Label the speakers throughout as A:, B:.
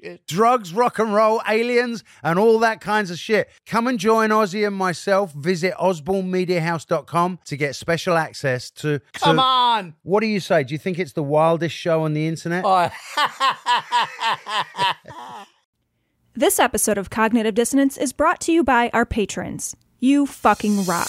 A: shit.
B: Drugs, rock and roll, aliens, and all that kinds of shit. Come and join Ozzy and myself. Visit osbornemediahouse.com to get special access to. to-
A: Come on.
B: What do you say? Do you think it's the wildest show on the internet?
A: Oh,
C: This episode of Cognitive Dissonance is brought to you by our patrons. You fucking rock.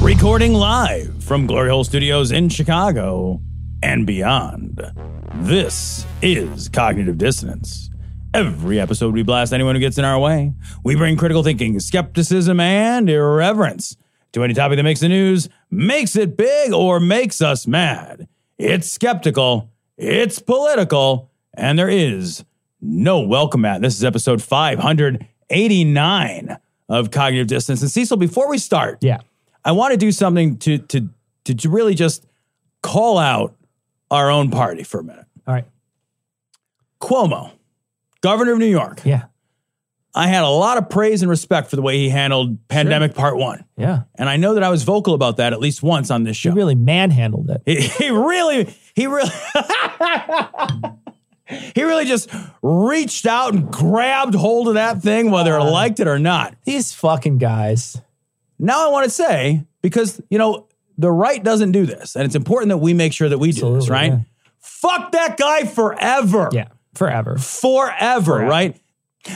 D: Recording live from Glory Hole Studios in Chicago and beyond. This is Cognitive Dissonance. Every episode, we blast anyone who gets in our way. We bring critical thinking, skepticism, and irreverence to any topic that makes the news, makes it big, or makes us mad. It's skeptical, it's political, and there is no welcome at. This is episode 589 of Cognitive Dissonance. And Cecil, before we start,
E: Yeah.
D: I want to do something to to to j- really just call out our own party for a minute.
E: All right.
D: Cuomo, governor of New York.
E: Yeah.
D: I had a lot of praise and respect for the way he handled pandemic part 1.
E: Yeah.
D: And I know that I was vocal about that at least once on this show.
E: You really manhandled it.
D: He, he really, he really, he really just reached out and grabbed hold of that thing, whether I liked it or not.
E: These fucking guys.
D: Now I want to say, because, you know, the right doesn't do this, and it's important that we make sure that we do this,
E: Absolutely,
D: right?
E: yeah.
D: Fuck that guy forever.
E: Yeah. Forever.
D: Forever, right?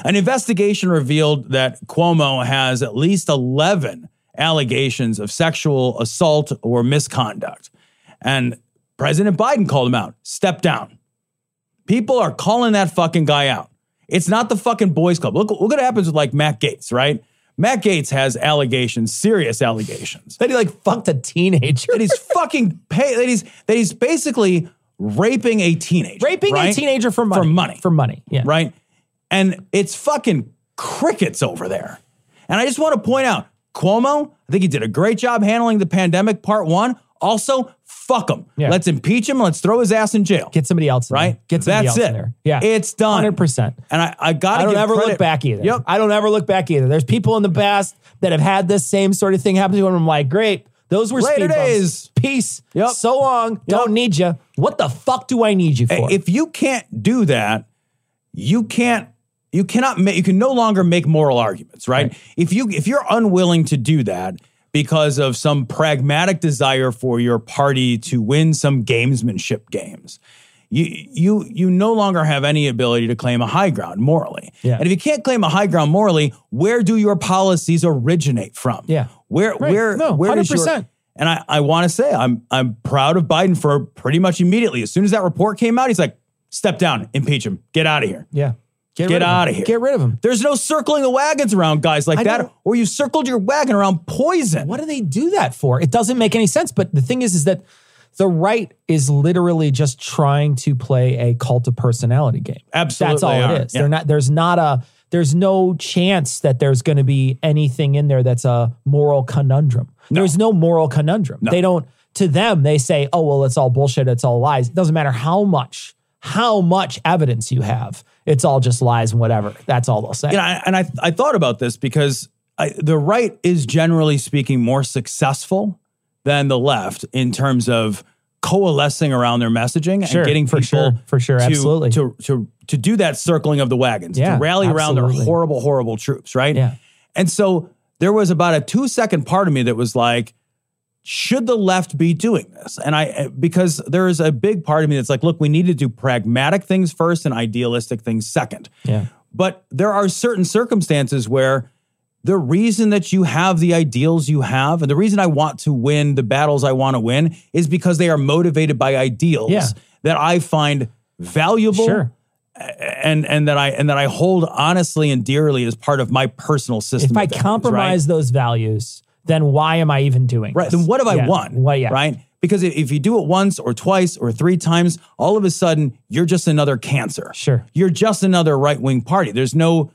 D: An investigation revealed that Cuomo has at least 11 allegations of sexual assault or misconduct. And President Biden called him out. Step down. People are calling that fucking guy out. It's not the fucking boys club. Look, look what happens with like Matt Gates, right? Matt Gates has allegations, serious allegations
E: That he like fucked a teenager.
D: that he's fucking pay that he's that he's basically raping a teenager,
E: Raping a
D: right?
E: teenager for money.
D: For money.
E: For money. Yeah.
D: right? And it's fucking crickets over there. And I just want to point out Cuomo. I think he did a great job handling the pandemic part one. Also, fuck him.
E: Yeah.
D: Let's impeach him. Let's throw his ass in jail.
E: Get somebody else in
D: right.
E: there. Get somebody
D: That's
E: else
D: it.
E: in there. Yeah.
D: it's done.
E: 100%.
D: And I, I gotta
E: I don't
D: give
E: ever
D: credit-
E: look back either.
D: Yep.
E: I don't ever look back either. There's people in the past that have had this same sort of thing happen to them. I'm like, great. Those were
D: Later
E: speed bumps.
D: days.
E: Peace.
D: Yep.
E: So long. Don't need you. What the fuck do I need you
D: Hey,
E: for?
D: If you can't do that, you can't. You cannot. Ma- you can no longer make moral arguments, right? If you if you're unwilling to do that because of some pragmatic desire for your party to win some gamesmanship games, you you you no longer have any ability to claim a high ground morally.
E: Yeah.
D: And if you can't claim a high ground morally, where do your policies originate from?
E: Yeah.
D: Where
E: Right.
D: where
E: No,
D: where does your-
E: 100%.
D: and I, I want to say I'm I'm proud of Biden for pretty much immediately. As soon as that report came out, he's like, step down, impeach him, get out of here.
E: yeah.
D: Get
E: rid of him.
D: outta here.
E: Get rid of him.
D: There's no circling the wagons around guys like
E: I
D: that,
E: don't-
D: or you circled your wagon around poison.
E: What do they do that for? It doesn't make any sense. But the thing is, is that the right is literally just trying to play a cult of personality game.
D: Absolutely
E: that's all
D: are.
E: it is.
D: Yeah.
E: They're not. There's not a. There's no chance that there's going to be anything in there that's a moral conundrum. There's no moral conundrum. They don't. To them, they say, "Oh well, it's all bullshit. It's all lies." It doesn't matter how much how much evidence you have. It's all just lies and whatever. That's all they'll say.
D: You know, I- and I I thought about this because I, the right is generally speaking more successful than the left in terms of coalescing around their messaging
E: Sure,
D: and getting
E: for
D: people
E: sure, for sure,
D: to,
E: absolutely.
D: to to to do that circling of the wagons
E: Yeah,
D: to rally around their
E: absolutely.
D: horrible horrible troops right
E: Yeah.
D: and so there was about a two second part of me that was like should the left be doing this? And I, eh, because there is a big part of me that's like, look, we need to do pragmatic things first and idealistic things second.
E: Yeah.
D: But there are certain circumstances where the reason that you have the ideals you have and the reason I want to win the battles I want to win is because they are motivated by ideals
E: Yeah.
D: that I find valuable
E: Sure.
D: and and that I and that I hold honestly and dearly as part of my personal system.
E: If
D: of
E: I
D: values, right?
E: compromise those values, then why am I even doing
D: Right.
E: this?
D: Then what have I
E: Yeah.
D: won?
E: What? Yeah.
D: Right. Because if- if you do it once or twice or three times, all of a sudden you're just another cancer.
E: Sure.
D: You're just another right wing party. There's no,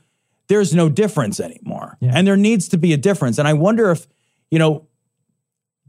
D: there's no difference anymore.
E: Yeah.
D: And there needs to be a difference. And I wonder if, you know,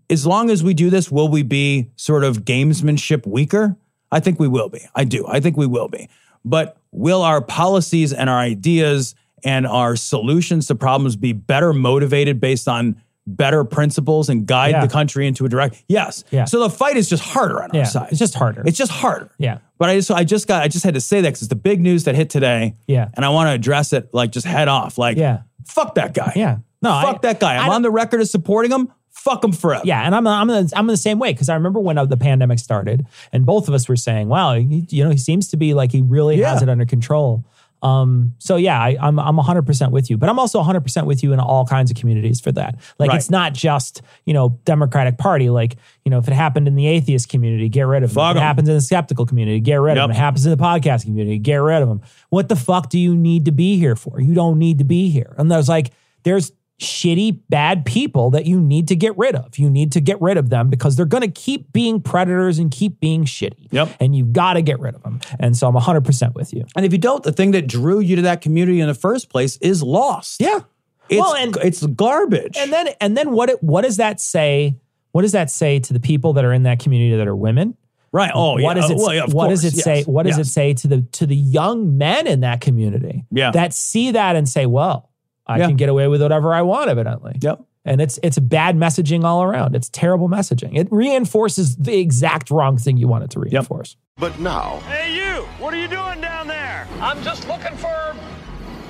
D: as long as we do this, will we be sort of gamesmanship weaker? I think we will be. I do. I think we will be. But will our policies and our ideas and our solutions to problems be better motivated based on better principles and guide
E: Yeah.
D: the country into a direct? Yes.
E: Yeah.
D: So the fight is just harder on
E: Yeah,
D: our side.
E: it's just harder.
D: It's just harder.
E: Yeah.
D: But I just I just got I just had to say that because it's the big news that hit today.
E: Yeah.
D: And I want to address it like just head off. Like
E: Yeah.
D: fuck that guy.
E: Yeah. No, I-
D: Fuck that guy.
E: I
D: I'm
E: don't-
D: on the record as supporting him. Fuck him forever.
E: Yeah, and I'm I'm the, I'm the same way because I remember when uh, the pandemic started, and both of us were saying, "Wow, he, you know, he seems to be like he really
D: Yeah.
E: has it under control." Um, so yeah, I, I'm I'm 100 percent with you, but I'm also 100 percent with you in all kinds of communities for that. Like
D: Right.
E: it's not just you know Democratic Party. Like you know, if it happened in the atheist community, get rid of him.
D: Fuck
E: If it
D: 'em.
E: happens in the skeptical community, get rid
D: Yep.
E: of him. It happens in the podcast community, get rid of him. What the fuck do you need to be here for? You don't need to be here. And there's like, there's shitty, bad people that you need to get rid of. You need to get rid of them because they're going to keep being predators and keep being shitty.
D: Yep.
E: And you've got to get rid of them. And so I'm 100% with you.
D: And if you don't, the thing that drew you to that community in the first place is lost. It's,
E: Well, and-
D: it's garbage.
E: And then and then what it, what does that say? What does that say to the people that are in that community that are women?
D: right. Oh,
E: what
D: yeah.
E: does it
D: Oh, well, yeah, of
E: what
D: course.
E: does it
D: Yes.
E: say what does
D: Yes.
E: it say to the to the young men in that community
D: Yeah.
E: that see that and say well i
D: Yeah.
E: can get away with whatever i want evidently
D: Yep.
E: and it's it's bad messaging all around it's terrible messaging it reinforces the exact wrong thing you want it to reinforce
F: But now,
G: Hey, you! What are you doing down there? I'm just looking for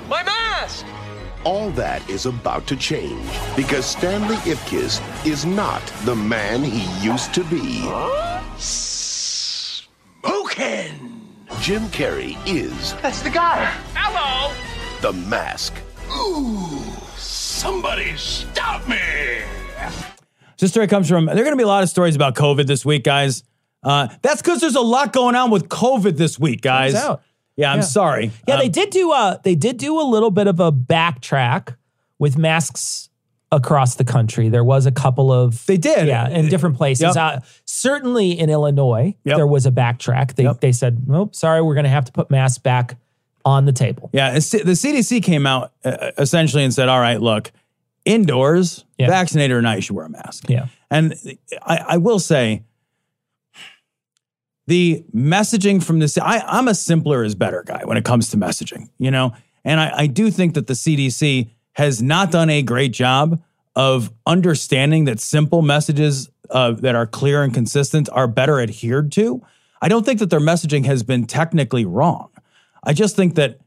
G: my mask!
F: all that is about to change because Stanley Ipkiss is not the man he used to be. Smoking! Jim Carrey is
G: That's the guy! Hello!
F: the mask. Ooh, somebody stop me!
D: This story comes from, there are going to be a lot of stories about COVID this week, guys. Uh, that's because there's a lot going on with COVID this week, guys.
E: out.
D: Yeah, I'm
E: Yeah.
D: sorry.
E: yeah
D: Um,
E: they did do a they did do a little bit of a backtrack with masks across the country there was a couple of
D: They did.
E: yeah in different places
D: Yep.
E: uh, certainly in illinois
D: Yep.
E: there was a backtrack they,
D: Yep.
E: they said nope sorry we're going to have to put masks back on the table
D: Yeah, it's- the CDC came out uh, essentially and said, "All right, look, indoors,
E: Yeah.
D: vaccinated or not, you should wear a mask."
E: Yeah.
D: and I, I will say, the messaging from the C- I, I'm a simpler is better guy when it comes to messaging, you know, and I, I do think that the CDC has not done a great job of understanding that simple messages uh, that are clear and consistent are better adhered to. I don't think that their messaging has been technically wrong. I just think that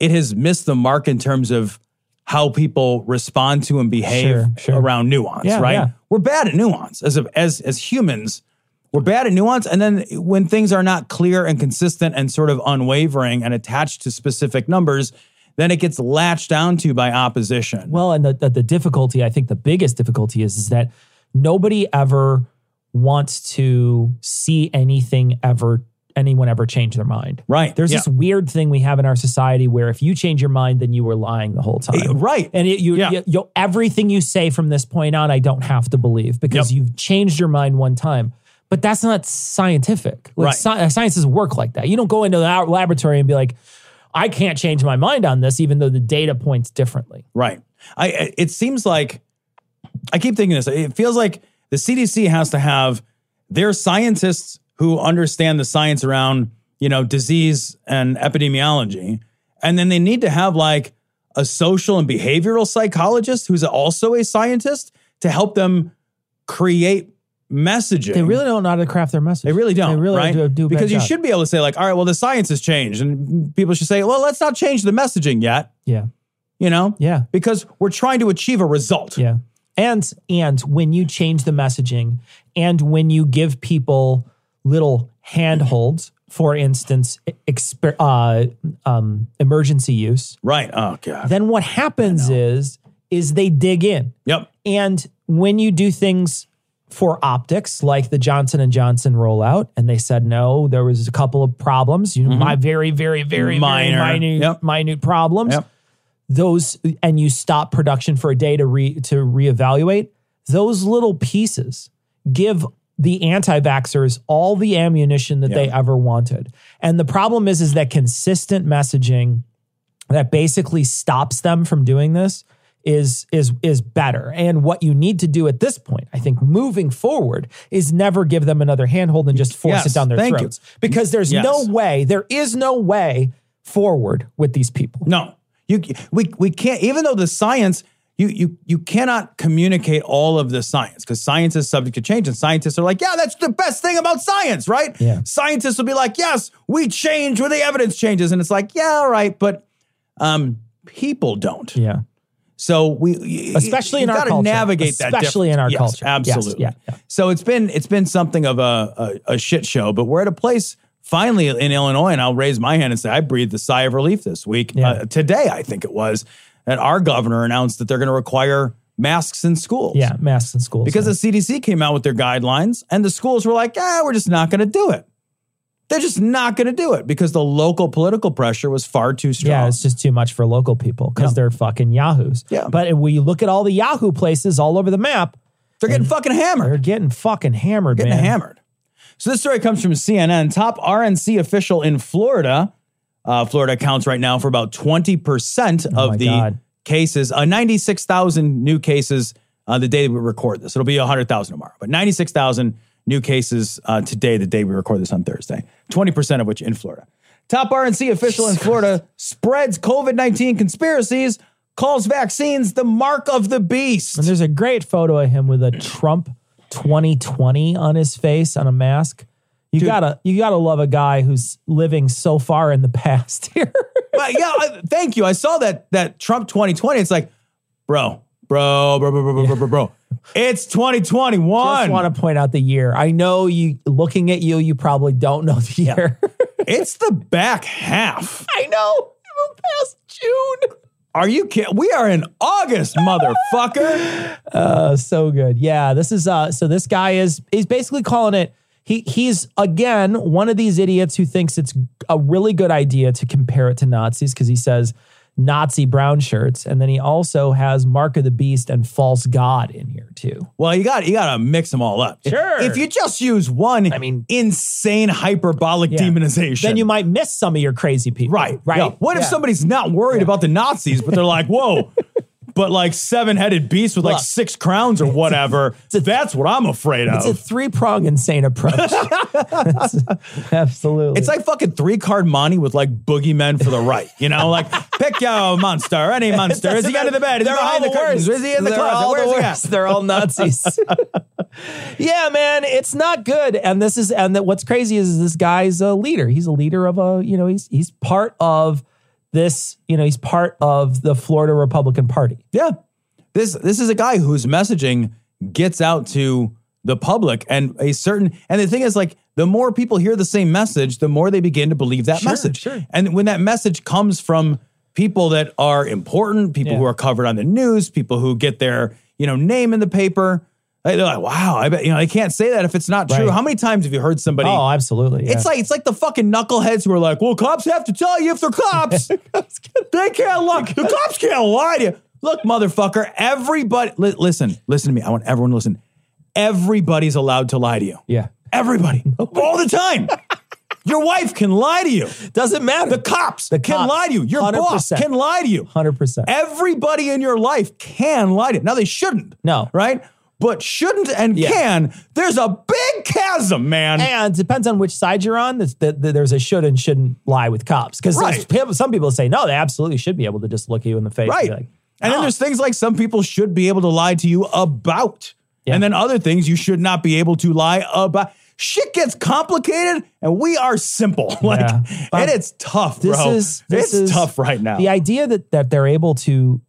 D: it has missed the mark in terms of how people respond to and behave
E: Sure, sure.
D: around nuance,
E: Yeah,
D: right?
E: yeah.
D: We're bad at nuance as of, as as humans. We're bad at nuance, and then when things are not clear and consistent and sort of unwavering and attached to specific numbers, then it gets latched down to by opposition.
E: Well, and the, the, the difficulty, I think the biggest difficulty is, is that nobody ever wants to see anything ever, anyone ever change their mind.
D: Right.
E: There's
D: Yeah.
E: this weird thing we have in our society where if you change your mind, then you were lying the whole time.
D: right.
E: And it, you,
D: Yeah.
E: you, you, everything you say from this point on, I don't have to believe because
D: Yep.
E: you've changed your mind one time. But that's not scientific. Like
D: Right.
E: sci- science doesn't work like that. You don't go into the lab- laboratory and be like, I can't change my mind on this, even though the data points differently.
D: Right. I I- it seems like I keep thinking this. It feels like the CDC has to have their scientists who understand the science around, you know, disease and epidemiology. And then they need to have like a social and behavioral psychologist who's also a scientist to help them create messaging.
E: They really don't know how to craft their message.
D: They really don't.
E: They really
D: right?
E: do, do a bad
D: because you
E: job.
D: should be able to say like, all right, well, the science has changed, and people should say, well, let's not change the messaging yet.
E: Yeah.
D: You know?
E: Yeah.
D: Because we're trying to achieve a result.
E: Yeah. And and when you change the messaging and when you give people little handholds, for instance, e-, exper- uh, um, emergency use,
D: Right. Oh God.
E: then what happens is is they dig in.
D: Yep.
E: And when you do things for optics, like the Johnson and Johnson rollout, and they said no, there was a couple of problems. You know, my very, very, very
D: Mm-hmm. Minor.
E: minor, minute,
D: Yep.
E: minute problems.
D: Yep.
E: Those and you stop production for a day to re to reevaluate. Those little pieces give the anti-vaxxers all the ammunition that they ever wanted. And the problem is, is that consistent messaging that basically stops them from doing this is is is better. And what you need to do at this point, I think, moving forward, is never give them another handhold and just force
D: Yes,
E: it down their
D: thank you.
E: throats. Because there's
D: Yes.
E: no way, there is no way forward with these people.
D: No, you we we can't. Even though the science, you you you cannot communicate all of the science because science is subject to change, and scientists are like, yeah, that's the best thing about science, right?
E: Yeah.
D: Scientists will be like, yes, we change when the evidence changes, and it's like, yeah, all right, but um, people don't.
E: Yeah.
D: So we,
E: Especially
D: you
E: in our
D: gotta
E: culture.
D: navigate that.
E: Especially
D: difference.
E: in our
D: Yes,
E: culture. Yes,
D: absolutely.
E: yeah, yeah.
D: So it's been it's been something of a, a a shit show, but we're at a place finally in Illinois, and I'll raise my hand and say I breathed a sigh of relief this week.
E: Yeah.
D: Uh, today, I think it was that our governor announced that they're going to require masks in schools.
E: Yeah. Masks in schools.
D: because the CDC came out with their guidelines, and the schools were like, "Ah, we're just not going to do it." They're just not going to do it because the local political pressure was far too strong.
E: Yeah, it's just too much for local people because they're fucking yahoos.
D: Yeah.
E: But if we look at all the Yahoo places all over the map,
D: they're getting fucking hammered.
E: they're getting fucking hammered,
D: getting
E: man.
D: hammered. So this story comes from CNN. Top RNC official in Florida. Uh, Florida accounts right now for about 20%
E: my
D: of the
E: God.
D: cases, uh, 96,000 new cases uh, the day we record this. It'll be 100,000 tomorrow, but 96,000 new cases uh, today, the day we record this on Thursday, 20% of which in Florida. Top RNC official in Florida spreads COVID 19 conspiracies, calls vaccines the mark of the beast.
E: And there's a great photo of him with a Trump 2020 on his face on a mask. You gotta you gotta love a guy who's living so far in the past here.
D: but yeah, I, thank you. I saw that that Trump 2020. It's like, bro, bro, bro, bro, bro, bro, bro, bro, bro. It's 2021.
E: I just want to point out the year. I know you looking at you, you probably don't know the year.
D: it's the back half.
E: I know. We're past June.
D: Are you kidding? We are in August, motherfucker.
E: Uh, so good. Yeah, this is uh so this guy is he's basically calling it he he's again one of these idiots who thinks it's a really good idea to compare it to Nazis because he says Nazi brown shirts and then he also has Mark of the Beast and False God in here too.
D: Well, you got you got to mix them all up.
E: Sure.
D: If you just use one, I
E: mean-
D: insane hyperbolic
E: Yeah.
D: demonization,
E: Then you might miss some of your crazy people.
D: right,
E: Right.
D: Yeah. What if
E: Yeah.
D: somebody's not worried about the Nazis, but they're like, whoa. But like seven headed beasts with like
E: Look.
D: six crowns or whatever, that's what I'm afraid of.
E: it's a three prong insane approach. Absolutely.
D: It's like fucking three card money with like boogeymen for the right. You know, like pick your monster, any monster. Is he under the bed? Is he
E: They're
D: behind
E: all
D: the curtains?
E: worst.
D: Is he in the
E: They're
D: closet?
E: all
D: Where's
E: the
D: he
E: worst.
D: at?
E: They're all Nazis. yeah, man, it's not good. And this is and that what's crazy is, this guy's a leader. He's a leader of a you know he's he's part of this you know he's part of the Florida Republican Party.
D: Yeah. This this is a guy whose messaging gets out to the public and a certain and the thing is like the more people hear the same message, the more they begin to believe that
E: Sure,
D: message.
E: sure.
D: And when that message comes from people that are important, people
E: Yeah.
D: who are covered on the news, people who get their, you know, name in the paper, they're like, wow, I bet you know they can't say that if it's not true.
E: Right.
D: How many times have you heard somebody
E: Oh, absolutely.
D: It's like it's like the fucking knuckleheads who are like, "Well, cops have to tell you if they're cops. they can't lie. The cops can't lie to you." Look, motherfucker. Everybody, li- listen, listen to me. I want everyone to listen. Everybody's allowed to lie to you.
E: yeah.
D: Everybody, all the time. Your wife can lie to you.
E: Doesn't matter.
D: The cops
E: The
D: can
E: cops.
D: lie to you. Your boss
E: 100%.
D: can lie to you.
E: Hundred percent.
D: Everybody in your life can lie to you. Now they shouldn't.
E: No.
D: right? But shouldn't and
E: Yeah.
D: can. There's a big chasm, man.
E: And depends on which side you're on. That's that that there's a should and shouldn't lie with cops because
D: Right.
E: some people say no, they absolutely should be able to just look you in the face.
D: Right.
E: And be like,
D: and then there's things like some people should be able to lie to you about.
E: Yeah.
D: And then other things you should not be able to lie about. Shit gets complicated and we are simple. Like
E: Yeah.
D: and it's tough,
E: this
D: bro.
E: is this
D: it's
E: is
D: tough right now.
E: The idea that that they're able to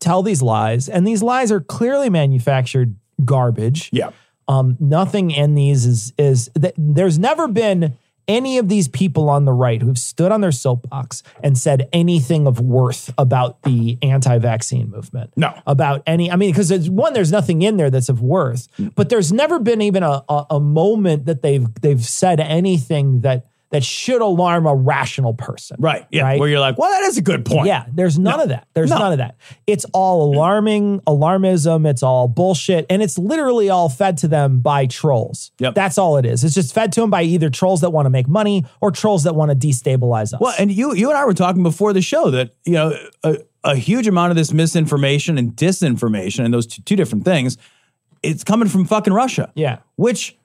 E: tell these lies, and these lies are clearly manufactured garbage.
D: yeah.
E: Um, nothing in these is is th- there's never been any of these people on the right who've stood on their soapbox and said anything of worth about the anti-vaccine movement.
D: No.
E: About any, I mean, because one, there's nothing in there that's of worth, but there's never been even a, a, a moment that they've they've said anything that that should alarm a rational person.
D: Right. Yeah.
E: Right?
D: Where you're like, well, that is a good point.
E: Yeah, there's none of that. There's
D: No.
E: none of that. It's all alarming, alarmism. It's all bullshit, and it's literally all fed to them by trolls.
D: Yep.
E: That's all it is. It's just fed to them by either trolls that want to make money or trolls that want to destabilize us.
D: Well, and you you and I were talking before the show that you know a, a huge amount of this misinformation and disinformation and those two, two different things, it's coming from fucking Russia.
E: Yeah.
D: which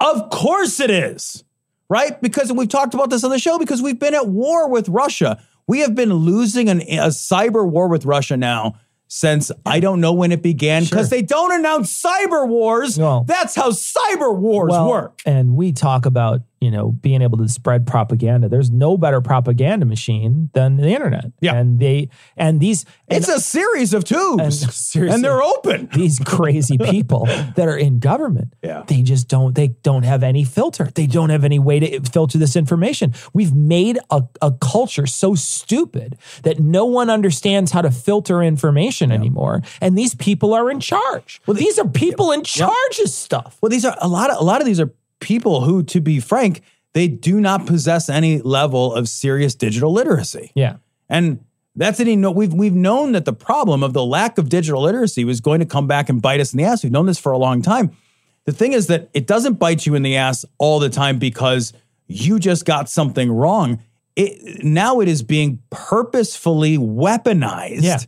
D: of course it is, right? Because and we've talked about this on the show because we've been at war with Russia. We have been losing an, a cyber war with Russia now since I don't know when it began because they don't announce cyber wars.
E: No.
D: That's how cyber wars
E: Well,
D: work.
E: And we talk about you know being able to spread propaganda. There's no better propaganda machine than the internet.
D: Yeah.
E: And they and these and
D: It's a series of tubes,
E: seriously.
D: and they're open.
E: these crazy people that are in government.
D: Yeah.
E: They just don't they don't have any filter. They don't have any way to filter this information. We've made a, a culture so stupid that no one understands how to filter information anymore. And these people are in charge. Well, these are people in charge of stuff.
D: Well, these are a lot of a lot of these are people who, to be frank, they do not possess any level of serious digital literacy.
E: Yeah.
D: And that's an eno- we've we've known that the problem of the lack of digital literacy was going to come back and bite us in the ass. We've known this for a long time. The thing is that it doesn't bite you in the ass all the time because you just got something wrong. It now it is being purposefully weaponized
E: Yeah.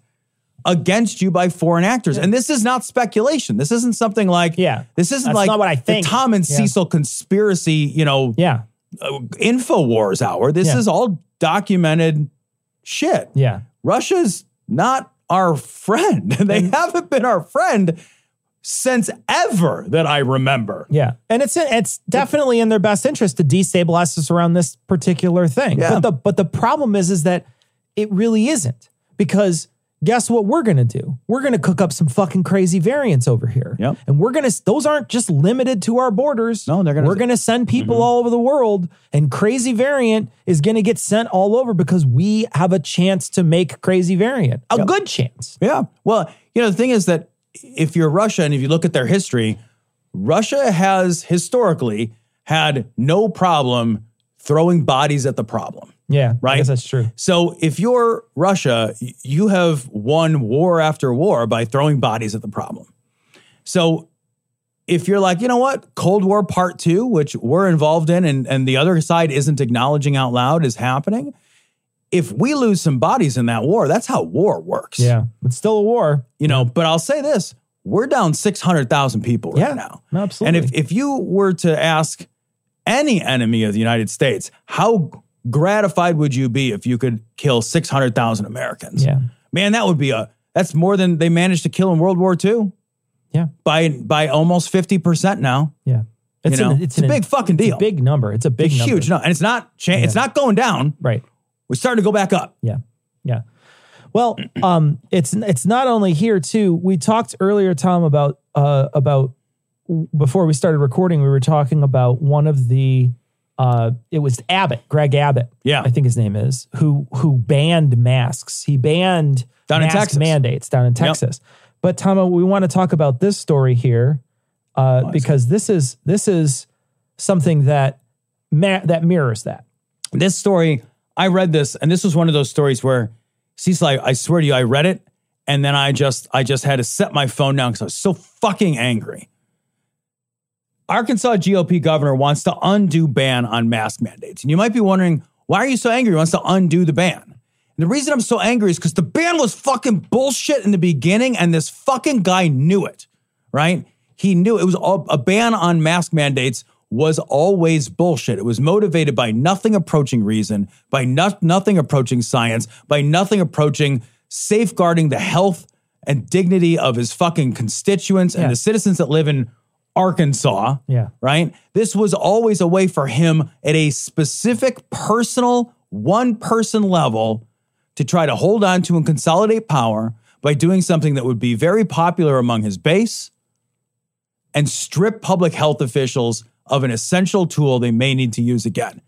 D: against you by foreign actors. And this is not speculation. This isn't something like
E: Yeah.
D: This isn't
E: That's
D: like
E: not what I think.
D: the Tom and
E: Yeah.
D: Cecil conspiracy, you know,
E: Yeah.
D: uh, InfoWars hour. This
E: Yeah.
D: is all documented shit.
E: Yeah.
D: Russia's not our friend. They haven't been our friend since ever that I remember.
E: Yeah, and it's it's definitely in their best interest to destabilize us around this particular thing.
D: Yeah.
E: But the but the problem is is that it really isn't because guess what we're going to do? We're going to cook up some fucking crazy variants over here.
D: Yep.
E: And we're going to those aren't just limited to our borders.
D: No, they're gonna- Mm-hmm.
E: We're going to send people all over the world and crazy variant is going to get sent all over because we have a chance to make crazy variant. A good chance.
D: Yeah. Well, you know, the thing is that if you're Russia and if you look at their history, Russia has historically had no problem throwing bodies at the problem.
E: Yeah. I
D: Right.
E: guess that's true.
D: So if you're Russia, y- you have won war after war by throwing bodies at the problem. So if you're like, you know what, Cold War Part Two, which we're involved in and, and the other side isn't acknowledging out loud is happening, if we lose some bodies in that war, that's how war works.
E: Yeah. It's still a war.
D: You know, but I'll say this we're down 600,000 people right
E: Yeah.
D: now.
E: Absolutely.
D: And if, if you were to ask any enemy of the United States, how gratified would you be if you could kill 600,000 Americans?
E: Yeah.
D: Man, that would be a, that's more than they managed to kill in World War II.
E: Yeah.
D: By, by almost 50% now.
E: Yeah.
D: You
E: It's,
D: know,
E: an, it's,
D: a
E: an-
D: big fucking
E: it's
D: deal.
E: a big number. It's a big
D: It's a
E: number.
D: huge. No, and it's not, cha- it's
E: Yeah.
D: not going down.
E: Right.
D: We're starting to go back up.
E: Yeah. Yeah. Well, um, it's it's not only here too. We talked earlier, Tom, about uh about before we started recording, we were talking about one of the uh it was Abbott, Greg Abbott.
D: Yeah.
E: I think his name is, who who banned masks. He banned
D: Down in
E: mask
D: Texas.
E: mandates down in Texas. But Tom, we want to talk about this story here uh, because this is this is something that ma- that mirrors that.
D: this story, I read this, and this was one of those stories where Cecil, I, I swear to you, I read it, and then I just I just had to set my phone down because I was so fucking angry. Arkansas GOP governor wants to undo ban on mask mandates. And you might be wondering, why are you so angry? He wants to undo the ban. And the reason I'm so angry is because the ban was fucking bullshit in the beginning, and this fucking guy knew it, right? He knew it was all, a ban on mask mandates was always bullshit. It was motivated by nothing approaching reason, by no, nothing approaching science, by nothing approaching safeguarding the health and dignity of his fucking constituents and
E: Yeah.
D: the citizens that live in Arkansas
E: Yeah.
D: right? This was always a way for him at a specific personal, one person level to try to hold on to and consolidate power by doing something that would be very popular among his base and strip public health officials of an essential tool they may need to use again.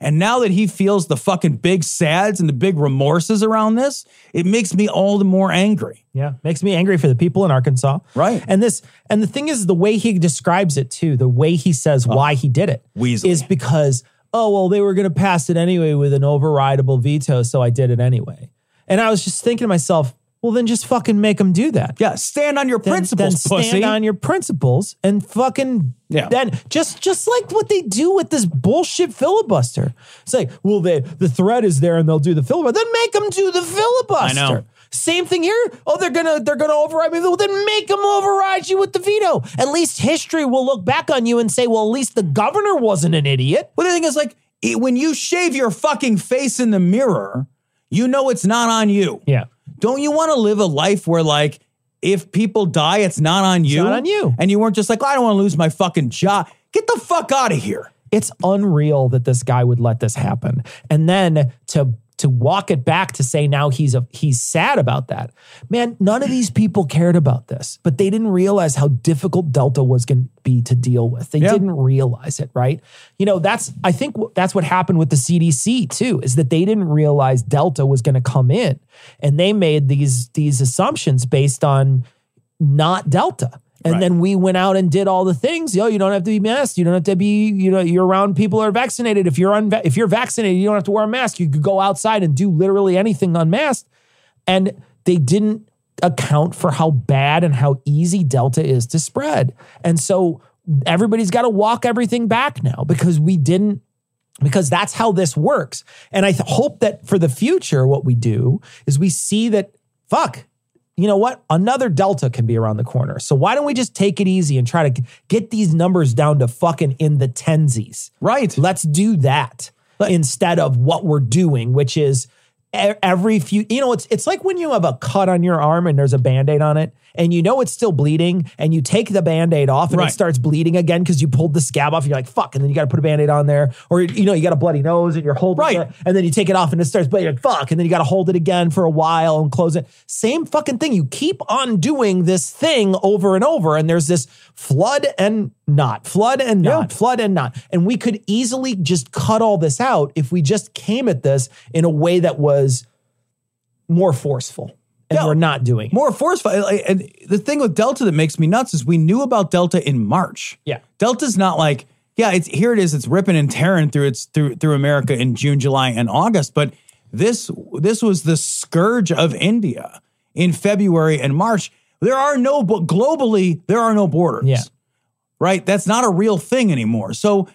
D: And now that he feels the fucking big sads and the big remorses around this, it makes me all the more angry.
E: Yeah, makes me angry for the people in Arkansas.
D: Right.
E: And this and the thing is the way he describes it too, the way he says
D: Oh,
E: why he did it is
D: Weasley.
E: because oh well they were going to pass it anyway with an overrideable veto, so I did it anyway. And I was just thinking to myself, well then just fucking make them do that.
D: Yeah, stand on your
E: Then-
D: principles,
E: then stand
D: pussy.
E: on your principles and fucking
D: Yeah.
E: then just just like what they do with this bullshit filibuster. It's like, well, they the threat is there and they'll do the filibuster. Then make them do the filibuster.
D: I know.
E: Same thing here. Oh, they're gonna they're gonna override me. Well, then make them override you with the veto. At least history will look back on you and say, well, at least the governor wasn't an idiot.
D: But the thing is, like, it- when you shave your fucking face in the mirror, you know it's not on you.
E: Yeah.
D: Don't you want to live a life where, like, if people die, it's not on you?
E: not on you.
D: And you weren't just like, "Well, I don't want to lose my fucking job. Get the fuck out of here.
E: it's unreal that this guy would let this happen and then to to walk it back to say now he's a, he's sad about that man none of these people cared about this but they didn't realize how difficult delta was going to be to deal with they
D: Yeah.
E: didn't realize it right you know that's i think w- that's what happened with the cdc too is that they didn't realize delta was going to come in and they made these these assumptions based on not Delta. And
D: Right.
E: then we went out and did all the things. Yo, you don't have to be masked. You don't have to be, you know, you're around people who are vaccinated. If you're unva- if you're vaccinated, you don't have to wear a mask. You could go outside and do literally anything unmasked. And they didn't account for how bad and how easy Delta is to spread. And so everybody's got to walk everything back now because we didn't because that's how this works. And I th- hope that for the future, what we do is we see that, fuck, you know what? Another Delta can be around the corner. So why don't we just take it easy and try to g- get these numbers down to fucking in the tensies?
D: Right.
E: Let's do that instead of what we're doing, which is e- every few. You know, it's it's like when you have a cut on your arm and there's a band-aid on it, and you know it's still bleeding, and you take the band-aid off and it
D: Right.
E: starts bleeding again because you pulled the scab off. And you're like, fuck, and then you got to put a band-aid on there, or you know you got a bloody nose and you're holding
D: Right.
E: it, and then you take it off and it starts bleeding. You're like, fuck, and then you got to hold it again for a while and close it. Same fucking thing. You keep on doing this thing over and over, and there's this flood and not flood and not flood and not, and we could easily just cut all this out if we just came at this in a way that was more forceful, and
D: Yeah.
E: we're not doing. it.
D: More forceful. I- And the thing with Delta that makes me nuts is we knew about Delta in March.
E: Yeah.
D: Delta's not like, yeah, it's here it is. It's ripping and tearing through its through through America in June, July, and August. But this this was the scourge of India in February and March. There are no but globally there are no borders.
E: Yeah.
D: Right? That's not a real thing anymore. So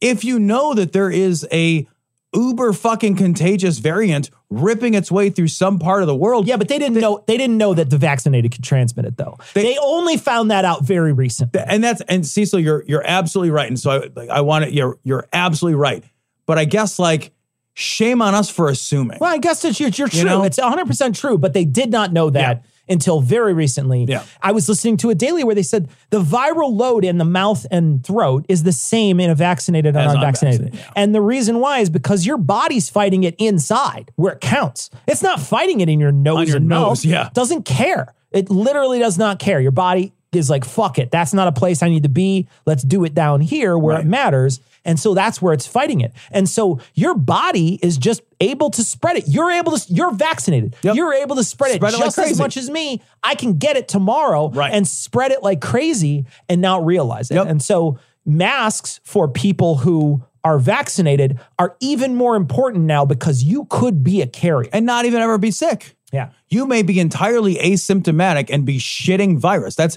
D: if you know that there is a uber fucking contagious variant ripping its way through some part of the world,
E: Yeah, but they didn't know they didn't know that the vaccinated could transmit it though. They, only found that out very recently.
D: and that's and Cecil, you're you're absolutely right. And so I like, I want to you're you're absolutely right. But I guess like shame on us for assuming.
E: Well, I guess it's you're, you're true.
D: know?
E: It's 100% true, but they did not know that until very recently.
D: Yeah.
E: I was listening to a daily where they said the viral load in the mouth and throat is the same in a vaccinated and
D: As
E: unvaccinated.
D: unvaccinated, yeah.
E: And the reason why is because your body's fighting it inside where it counts. It's not fighting it in your nose
D: your
E: and mouth.
D: nose, yeah.
E: Doesn't care. It literally does not care. Your body is like, fuck it. That's not a place I need to be. Let's do it down here where it
D: Right.
E: matters. And so that's where it's fighting it. And so your body is just able to spread it. You're able to, you're vaccinated.
D: Yep.
E: You're able to spread it
D: Spread it like
E: just as
D: crazy.
E: much as me. I can get it tomorrow
D: Right.
E: and spread it like crazy and not realize it.
D: Yep.
E: And so masks for people who are vaccinated are even more important now because you could be a carrier.
D: and not even ever be sick.
E: Yeah.
D: You may be entirely asymptomatic and be shitting virus. That's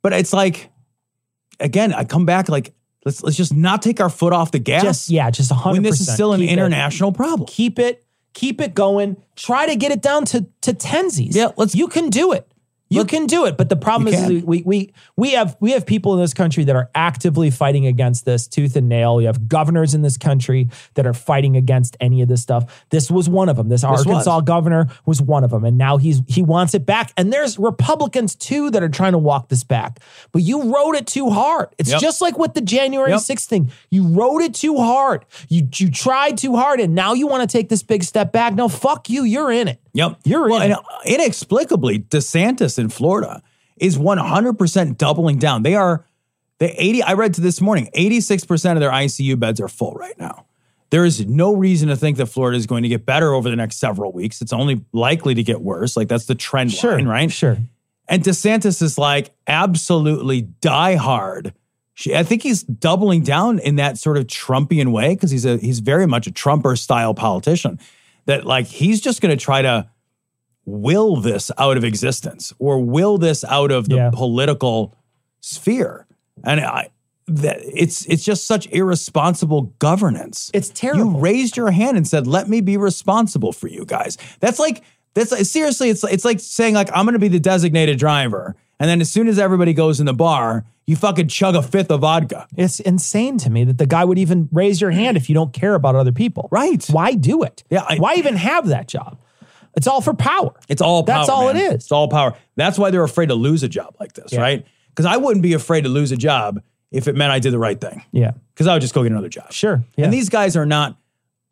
D: but it's like again, I come back like let's let's just not take our foot off the gas.
E: Just yeah, just 100%.
D: when this is still an
E: Keep it-
D: international problem.
E: keep it keep it going try to get it down to to tensies
D: Yeah, let's-
E: you can do it you
D: Let-
E: can do it but the problem
D: You
E: is
D: can.
E: we, we we have we have people in this country that are actively fighting against this tooth and nail you have governors in this country that are fighting against any of this stuff this was one of them this
D: was.
E: arkansas governor was one of them and now he's he wants it back and there's republicans too that are trying to walk this back but you rode it too hard it's
D: Yep.
E: just like with the january
D: Yep.
E: 6th six thing. You rode it too hard. You you tried too hard, and now you want to take this big step back. No, fuck you. You're in it.
D: Yep.
E: You're
D: well,
E: in
D: and
E: it.
D: uh, inexplicably, DeSantis in Florida is 100% doubling down. They are They 80, I read to this morning, 86% of their ICU beds are full right now. There is no reason to think that Florida is going to get better over the next several weeks. It's only likely to get worse. Like that's the trend
E: Sure.
D: line, right?
E: Sure.
D: And DeSantis is like absolutely diehard. She, I think he's doubling down in that sort of Trumpian way because he's a he's very much a Trumper style politician. That like he's just going to try to will this out of existence or will this out of the
E: Yeah.
D: political sphere. And I that it's it's just such irresponsible governance.
E: It's terrible.
D: You raised your hand and said, "Let me be responsible for you guys." That's like that's like, seriously. It's it's like saying like I'm going to be the designated driver, and then as soon as everybody goes in the bar, you fucking chug a fifth of vodka.
E: It's insane to me that the guy would even raise your hand if you don't care about other people.
D: Right.
E: Why do it?
D: Yeah, I-
E: Why even have that job? It's all for power.
D: It's all power.
E: That's all
D: man.
E: it is.
D: It's all power. That's why they're afraid to lose a job like this, right? Because I wouldn't be afraid to lose a job if it meant I did the right thing.
E: yeah.
D: Because I would just go get another job.
E: Sure. Yeah.
D: And these guys are not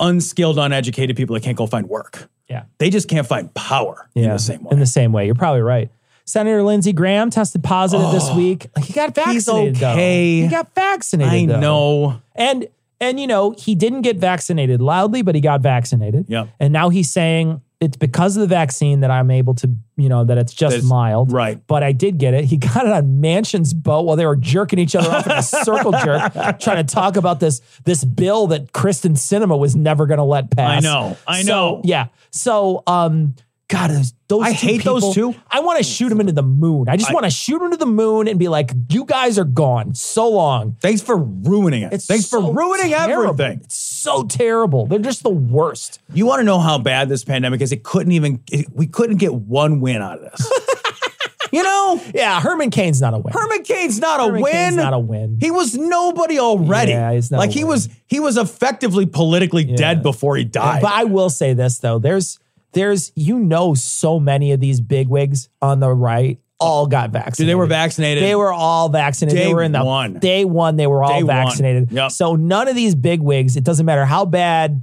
D: unskilled, uneducated people that can't go find work.
E: yeah.
D: They just can't find power in the same way.
E: In the same way. You're probably right. Senator Lindsey Graham tested positive this week. He got vaccinated. though.
D: Oh, okay.
E: He got vaccinated.
D: I
E: though.
D: know.
E: And and you know, he didn't get vaccinated loudly, but he got vaccinated.
D: Yep.
E: And now he's saying it's because of the vaccine that I'm able to, you know, that it's just
D: That's-
E: mild.
D: right.
E: But I did get it. He got it on Mansion's boat while they were jerking each other off in a circle jerk, trying to talk about this this bill that Kristen Cinema was never going to let pass.
D: know. I
E: So,
D: know.
E: Yeah. So, um, God, those, those
D: I
E: two
D: hate those
E: people-
D: two.
E: I want to shoot them into the moon. I just want to shoot them to the moon and be like, "You guys are gone. So long."
D: Thanks for ruining it.
E: It's
D: Thanks
E: so
D: for ruining
E: terrible.
D: everything.
E: It's so terrible. They're just the worst.
D: You want to know how bad this pandemic is? It couldn't even, it- we couldn't get one win out of this. you know,
E: Yeah, Herman Cain's not a winner.
D: Herman Cain's not a
E: Herman
D: win.
E: Cain's not a win.
D: He was nobody already.
E: Yeah, he's not
D: like
E: a
D: he
E: win.
D: was, he was effectively politically dead before he died.
E: but I will say this though: there's, there's, you know, so many of these bigwigs on the right all got vaccinated.
D: Dude, they were vaccinated.
E: They were all vaccinated.
D: Day
E: they were in the
D: one.
E: day one. They were all
D: Day one.
E: vaccinated.
D: Yep.
E: So none of these bigwigs. It doesn't matter how bad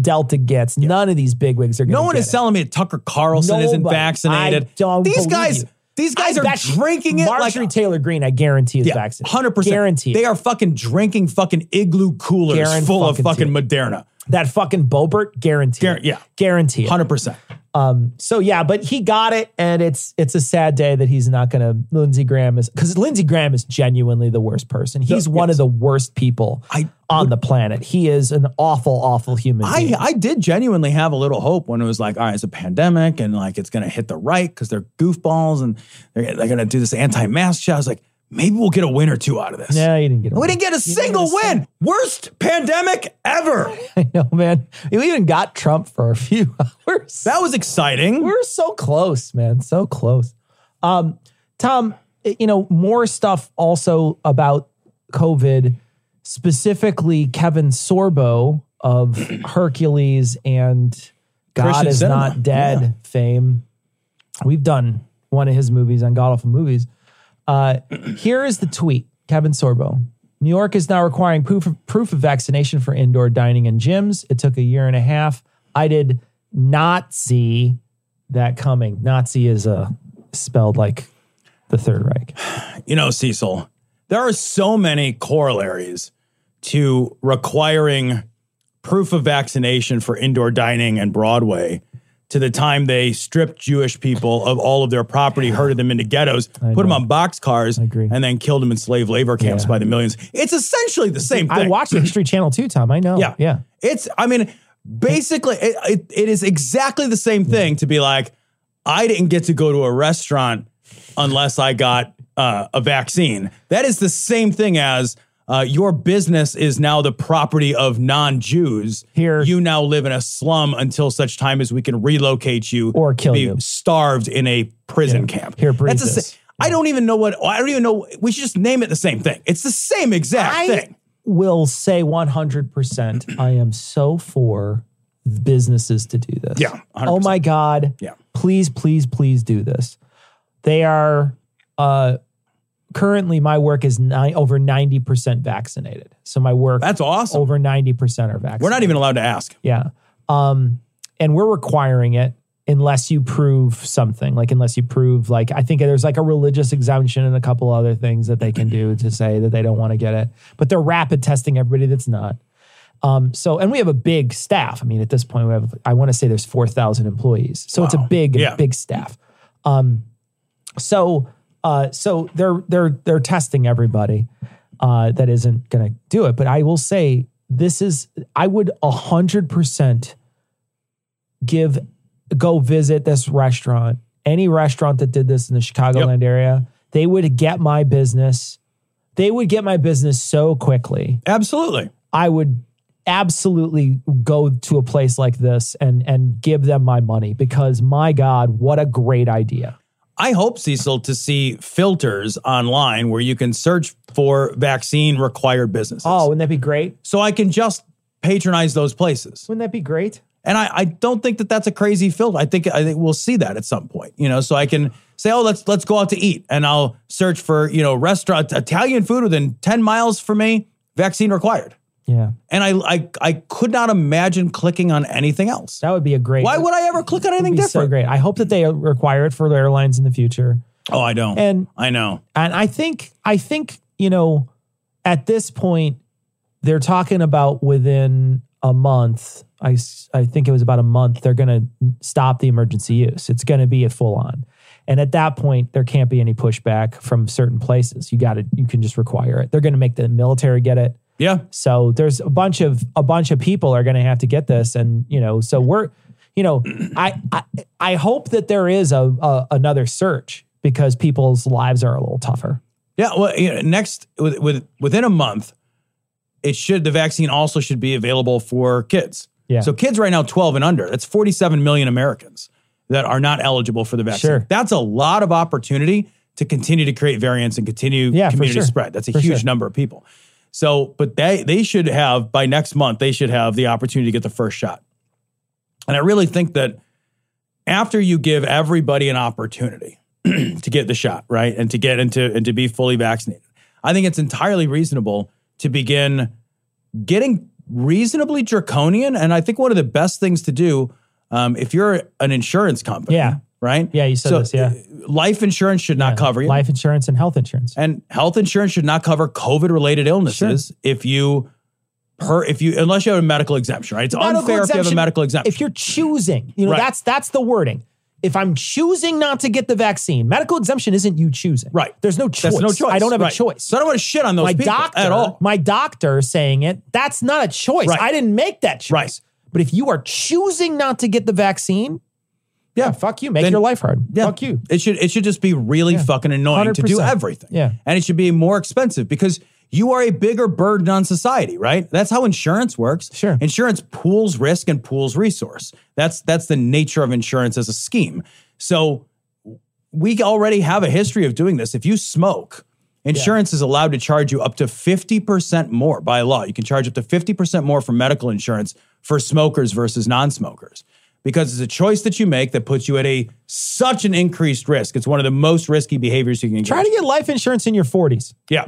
E: Delta gets. None of these bigwigs are. Gonna
D: No one
E: get
D: is
E: it.
D: selling me that Tucker Carlson isn't
E: Nobody.
D: vaccinated.
E: I don't
D: these
E: believe
D: guys,
E: you.
D: these guys
E: I
D: are
E: bet you-
D: drinking it
E: Marjorie
D: like
E: Taylor Green, I guarantee, is vaccinated.
D: Hundred percent.
E: Guarantee.
D: They are fucking drinking fucking igloo coolers
E: Guaran-
D: full of fucking
E: fucking
D: Moderna.
E: That fucking Bobert, guarantee.
D: Guar- yeah.
E: Guarantee. it.
D: Hundred percent.
E: Um, so yeah, but he got it, and it's it's a sad day that he's not gonna Lindsey Graham is because Lindsey Graham is genuinely the worst person. He's one of the worst people
D: I-
E: on the planet. He is an awful, awful human
D: I
E: being.
D: I did genuinely have a little hope when it was like, all right, it's a pandemic and like it's gonna hit the right because they're goofballs and they're, they're gonna do this anti-mask shit. I was like, maybe we'll get a win or two out of this.
E: no, you didn't get it.
D: We didn't get a single win. Worst pandemic ever.
E: I know, man. You even got Trump for a few hours.
D: That was exciting.
E: We're so close, man. So close. Um, Tom, i- you know, more stuff also about COVID, specifically Kevin Sorbo of Hercules and God
D: Christian
E: is
D: Cinema.
E: Not Dead
D: Yeah.
E: fame. We've done one of his movies on God Awful Movies. Uh, here is the tweet, Kevin Sorbo. New York is now requiring proof of, proof of vaccination for indoor dining and gyms. It took a year and a half. I did not see that coming. Nazi is uh, spelled like the Third Reich.
D: You know, Cecil, there are so many corollaries to requiring proof of vaccination for indoor dining and Broadway to the time they stripped Jewish people of all of their property, herded them into ghettos, put them on boxcars,
E: agree.
D: and then killed them in slave labor camps
E: Yeah.
D: by the millions. It's essentially the same thing.
E: I watched the History Channel too, Tom. I know.
D: Yeah.
E: Yeah.
D: It's, I mean, basically, it, it, it is exactly the same thing to be like, I didn't get to go to a restaurant unless I got uh, a vaccine. That is the same thing as uh, your business is now the property of non Jews.
E: Here-
D: You now live in a slum until such time as we can relocate you
E: Or kill
D: to be
E: you.
D: starved in a prison camp.
E: Here, breathe
D: the sa-
E: this.
D: I don't even know what, I don't even know. We should just name it the same thing. It's the same exact
E: I
D: thing.
E: will say 100%. I am so for businesses to do this.
D: Yeah, 100%.
E: Oh my God.
D: Yeah.
E: Please, please, please do this. They are uh, currently, my work is ni- over 90% vaccinated. So my work,
D: That's awesome.
E: over 90% are vaccinated.
D: We're not even allowed to ask.
E: Yeah. Um, and we're requiring it. unless you prove something. Like unless you prove like I think there's like a religious exemption and a couple other things that they can do to say that they don't want to get it. But they're rapid testing everybody that's not. Um, so and we have a big staff. I mean, at this point, we have I want to say there's four thousand employees. So it's a big,
D: Yeah.
E: big staff. Um, so uh, so they're they're they're testing everybody uh, that isn't going to do it. But I will say this is I would hundred percent give go visit this restaurant. Any restaurant that did this in the Chicagoland area, they would get my business. They would get my business so quickly.
D: Absolutely.
E: I would absolutely go to a place like this and and give them my money because my god, what a great idea.
D: I hope, Cecil, to see filters online where you can search for vaccine required businesses.
E: Oh, wouldn't that be great?
D: so I can just patronize those places.
E: Wouldn't that be great?
D: And I, I don't think that that's a crazy filter. I think I think we'll see that at some point, you know. So I can say, oh, let's let's go out to eat, and I'll search for you know restaurant Italian food within ten miles from me, vaccine required.
E: Yeah.
D: And I I, I could not imagine clicking on anything else.
E: That would be a great
D: Why would I ever click on anything
E: be so
D: different?
E: great. I hope that they require it for the airlines in the future.
D: oh, I don't.
E: And
D: I know.
E: and I think I think, you know, at this point they're talking about within a month. I s- I think it was about a month they're going to stop the emergency use. It's going to be a full on. And at that point there can't be any pushback from certain places. You got to you can just require it. They're going to make the military get it.
D: Yeah.
E: So there's a bunch of a bunch of people are going to have to get this, and you know, so we're, you know, I I, I hope that there is a, a another search because people's lives are a little tougher.
D: Yeah, well, you know, next with, with within a month, it should the vaccine also should be available for kids.
E: Yeah.
D: So kids right now, twelve and under, that's forty-seven million Americans that are not eligible for the vaccine.
E: Sure.
D: That's a lot of opportunity to continue to create variants and continue
E: Yeah, for
D: community
E: sure.
D: spread. That's a
E: For
D: huge
E: sure.
D: number of people. So, but they they should have by next month they should have the opportunity to get the first shot. And I really think that after you give everybody an opportunity to get the shot, right? And to get into and to be fully vaccinated. I think it's entirely reasonable to begin getting reasonably draconian. And I think one of the best things to do, um, if you're an insurance company,
E: Yeah.
D: right?
E: Yeah, you said this, yeah.
D: Life insurance should not uh, cover you.
E: Life insurance and health insurance.
D: And health insurance should not cover COVID related illnesses if you per if you unless you have a medical exemption, right? It's
E: Medical
D: unfair if you have a
E: exemption-
D: medical exemption.
E: If you're choosing, you know,
D: Right.
E: that's that's the wording. If I'm choosing not to get the vaccine, medical exemption isn't you choosing.
D: Right.
E: There's no choice.
D: That's no choice.
E: I don't have
D: right.
E: a choice.
D: So I don't want to shit on those
E: my
D: people
E: doctor
D: at all.
E: My doctor saying it, that's not a choice.
D: Right.
E: I didn't make that choice.
D: Right.
E: But if you are choosing not to get the vaccine, yeah, fuck you. Make
D: Then-
E: your life hard. Fuck you.
D: It should it should just be really fucking annoying to do
E: 100%.
D: everything.
E: Yeah.
D: And it should be more expensive because you are a bigger burden on society, right? That's how insurance works.
E: Sure.
D: Insurance pools risk and pools resource. That's that's the nature of insurance as a scheme. So we already have a history of doing this. If you smoke, insurance is allowed to charge you up to 50% more by law. You can charge up to 50% more for medical insurance for smokers versus non-smokers because it's a choice that you make that puts you at a such an increased risk. It's one of the most risky behaviors you can
E: Try to get life insurance in your 40s.
D: yeah.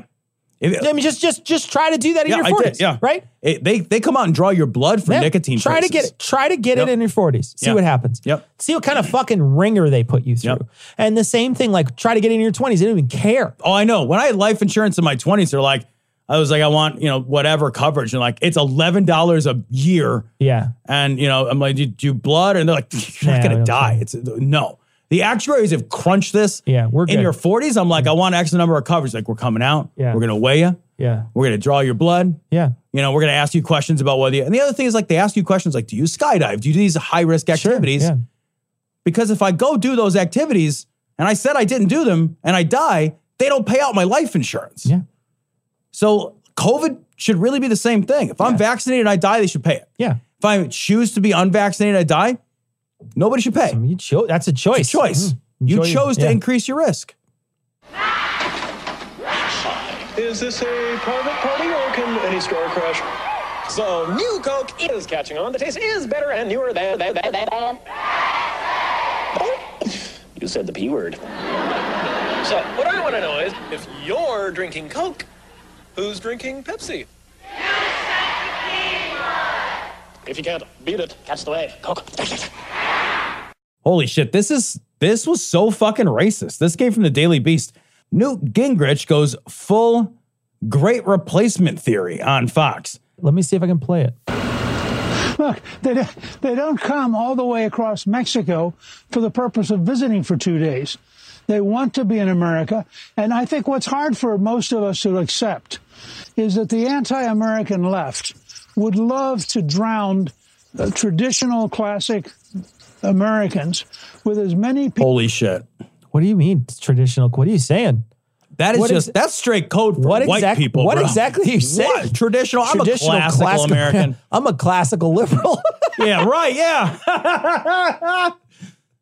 D: If-
E: I mean, just just just try to do that in
D: yeah,
E: your
D: I
E: 40s.
D: did, yeah.
E: Right?
D: It- they they come out and draw your blood for
E: Yeah.
D: nicotine.
E: Try to get
D: traces.
E: it. Try to get
D: Yep.
E: it in your 40s. See
D: Yeah.
E: what happens.
D: Yep.
E: See what kind of fucking ringer they put you through.
D: Yep.
E: And the same thing, like try to get it in your 20s. They don't even care.
D: Oh, I know. When I had life insurance in my twenties, they're like, I was like, I want you know whatever coverage, and like it's eleven dollars a year,
E: Yeah.
D: and you know I'm like, do you do blood? And they're like, you're
E: Nah,
D: not
E: we
D: gonna
E: don't
D: die.
E: care.
D: It's no. The actuaries have crunched this.
E: Yeah, we're
D: in
E: good. Mm-hmm.
D: your forties. I'm like, I want X number of coverage. Like we're coming out.
E: Yeah.
D: we're gonna weigh you.
E: Yeah.
D: We're gonna draw your blood.
E: Yeah.
D: You know, we're going to ask you questions about whether you, and the other thing is like they ask you questions like, do you skydive? Do you do these high risk activities?
E: Yeah.
D: Because if I go do those activities and I said I didn't do them and I die, they don't pay out my life insurance.
E: Yeah.
D: So COVID should really be the same thing. If I'm vaccinated and I die, they should pay it.
E: Yeah.
D: If I choose to be unvaccinated and I die, nobody should pay.
E: I mean, you cho- that's a choice.
D: It's a choice.
E: Mm.
D: You
E: Enjoy your-
D: chose to
E: yeah.
D: increase your risk.
H: Is this a private party or can any store crash?
G: So new Coke is catching on. The taste is better and newer than than than than. than.
H: You said the P word. So, what I want to know is if you're drinking Coke, who's drinking Pepsi?
G: If you can't beat it, catch the wave. Coke.
D: Holy shit, this is this was so fucking racist. This came from the Daily Beast. Newt Gingrich goes full great replacement theory on Fox.
E: Let me see if I can play it.
I: Look, they, don't- they don't come all the way across Mexico for the purpose of visiting for two days. They want to be in America. And I think what's hard for most of us to accept is that the anti-American left would love to drown uh, traditional classic Americans with as many people.
D: Holy shit.
E: What do you mean it's traditional? What are you saying?
D: That is
E: What
D: just
E: ex-
D: that's straight code for
E: What
D: white
E: exactly?
D: people.
E: What
D: bro.
E: exactly are you saying?
D: What? Traditional. I'm a classical,
E: classic-
D: American.
E: I'm a classical liberal.
D: yeah, right. Yeah.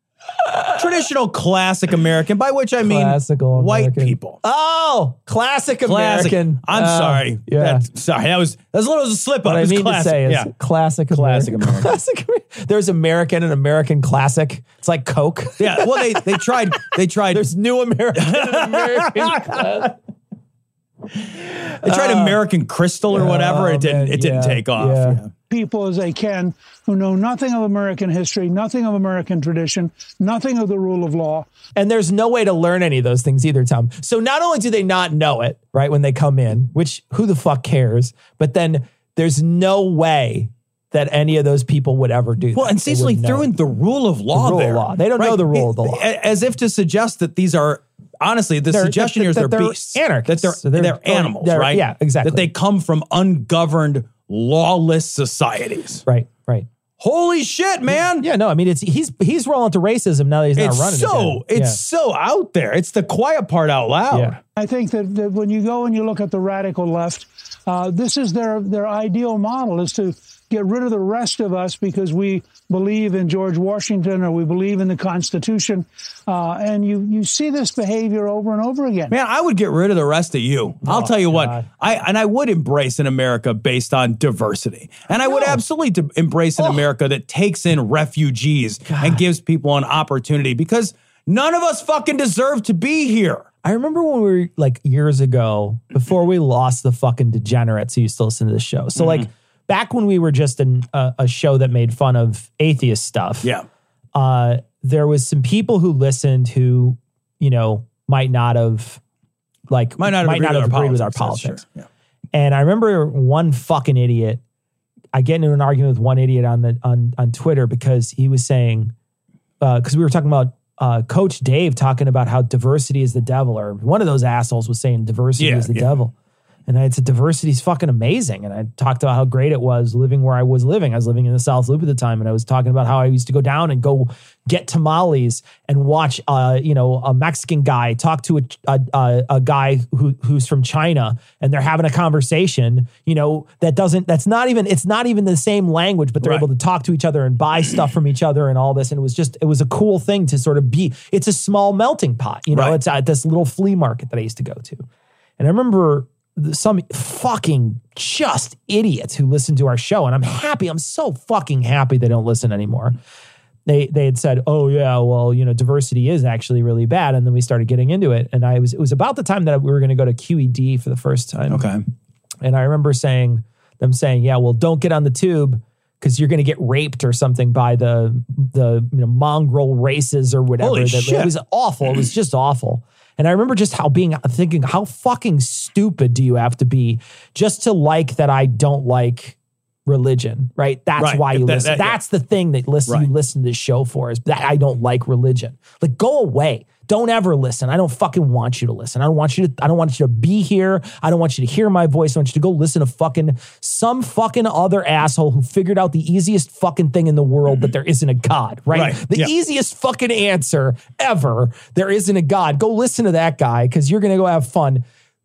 D: Traditional classic American, by which I mean
E: Classical
D: white
E: American.
D: people.
E: oh, classic
D: Classic.
E: American.
D: I'm
E: Oh,
D: sorry.
E: Yeah.
D: That- sorry. That was as little as a slip up.
E: what I
D: It's
E: mean
D: classic.
E: to say is
D: yeah.
E: classic
D: Classic American.
E: Classic Amer- There's American and American classic. It's like Coke.
D: yeah. Well, they they tried. They tried.
E: There's new American and American classic.
D: they tried American Crystal or whatever.
E: oh,
D: It didn't.
E: man,
D: It didn't
E: yeah,
D: take off.
E: yeah.
D: Yeah.
I: people as they can who know nothing of American history, nothing of American tradition, nothing of the rule of law.
E: And there's no way to learn any of those things either, Tom. So not only do they not know it, right, when they come in, which who the fuck cares, but then there's no way that any of those people would ever do
D: Well,
E: that.
D: and
E: They
D: Cecily
E: wouldn't know
D: threw in the rule of law.
E: The rule of
D: there.
E: law. They don't know the rule of the law.
D: A- As if to suggest that these are honestly the
E: They're-
D: suggestion
E: that-
D: here is
E: that
D: they're,
E: they're
D: beasts, that
E: anarchists.
D: they're
E: So
D: they're,
E: they're-
D: animals,
E: they're-
D: right?
E: yeah, exactly.
D: That they come from ungoverned, lawless societies.
E: Right, right.
D: Holy shit, man!
E: Yeah, no, I mean it's he's he's rolling to racism now that he's not running.
D: it's so
E: again.
D: it's so out there. It's the quiet part out
E: yeah.
D: loud.
E: yeah.
I: I think that, that when you go and you look at the radical left, uh, this is their their ideal model is to get rid of the rest of us because we believe in George Washington or we believe in the Constitution, uh, and you you see this behavior over and over again.
D: Man, I would get rid of the rest of you. I'll tell you what.
E: Oh, God.
D: I and I would embrace an America based on diversity. And I would absolutely d- embrace an
E: Oh.
D: America that takes in refugees and gives people an opportunity because none of us fucking deserve to be here.
E: I remember when we were like years ago,
D: Mm-hmm.
E: before we lost the fucking degenerates who used to listen to this show. So
D: Mm-hmm.
E: like back when we were just an, a a show that made fun of atheist stuff.
D: Yeah.
E: uh, there was some people who listened who, you know, might not have like
D: Might not have, agreed, with
E: agreed with our
D: that's
E: politics.
D: true. Yeah.
E: And I remember one fucking idiot. I get into an argument with one idiot on the on on Twitter because he was saying, because we were talking about uh, Coach Dave talking about how diversity is the devil, or one of those assholes was saying diversity
D: Yeah,
E: is the
D: yeah.
E: devil. And I said diversity is fucking amazing. And I talked about how great it was living where I was living. I was living in the South Loop at the time, and I was talking about how I used to go down and go get tamales and watch, uh, you know, a Mexican guy talk to a a, a, a guy who who's from China, and they're having a conversation. You know, that doesn't that's not even it's not even the same language, but they're
D: Right.
E: able to talk to each other and buy stuff from each other and all this. And it was just it was a cool thing to sort of be. It's a small melting pot, you know.
D: Right.
E: It's at this little flea market that I used to go to. And I remember th- some fucking just idiots who listened to our show, and I'm happy. I'm so fucking happy they don't listen anymore. They they had said, "Oh yeah, well you know diversity is actually really bad," and then we started getting into it. And I was it was about the time that we were going to go to QED for the first time.
D: Okay.
E: And I remember saying them saying, "Yeah, well, don't get on the tube because you're going to get raped or something by the the you know mongrel races or whatever."
D: Holy
E: that,
D: shit.
E: It was awful. It was just awful. And I remember just how being thinking, how fucking stupid do you have to be just to like that I don't like religion, right? That's
D: Right.
E: why you
D: That- that-
E: listen.
D: yeah.
E: That's the thing that listen
D: Right.
E: you listen to this show for is that I don't like religion. Like go away. Don't ever listen. I don't fucking want you to listen. I don't want you to I don't want you to be here. I don't want you to hear my voice. I want you to go listen to fucking some fucking other asshole who figured out the easiest fucking thing in the world that there isn't a god, right?
D: Mm-hmm. Right.
E: The
D: Yeah.
E: easiest fucking answer ever. There isn't a god. Go listen to that guy cuz you're going to go have fun.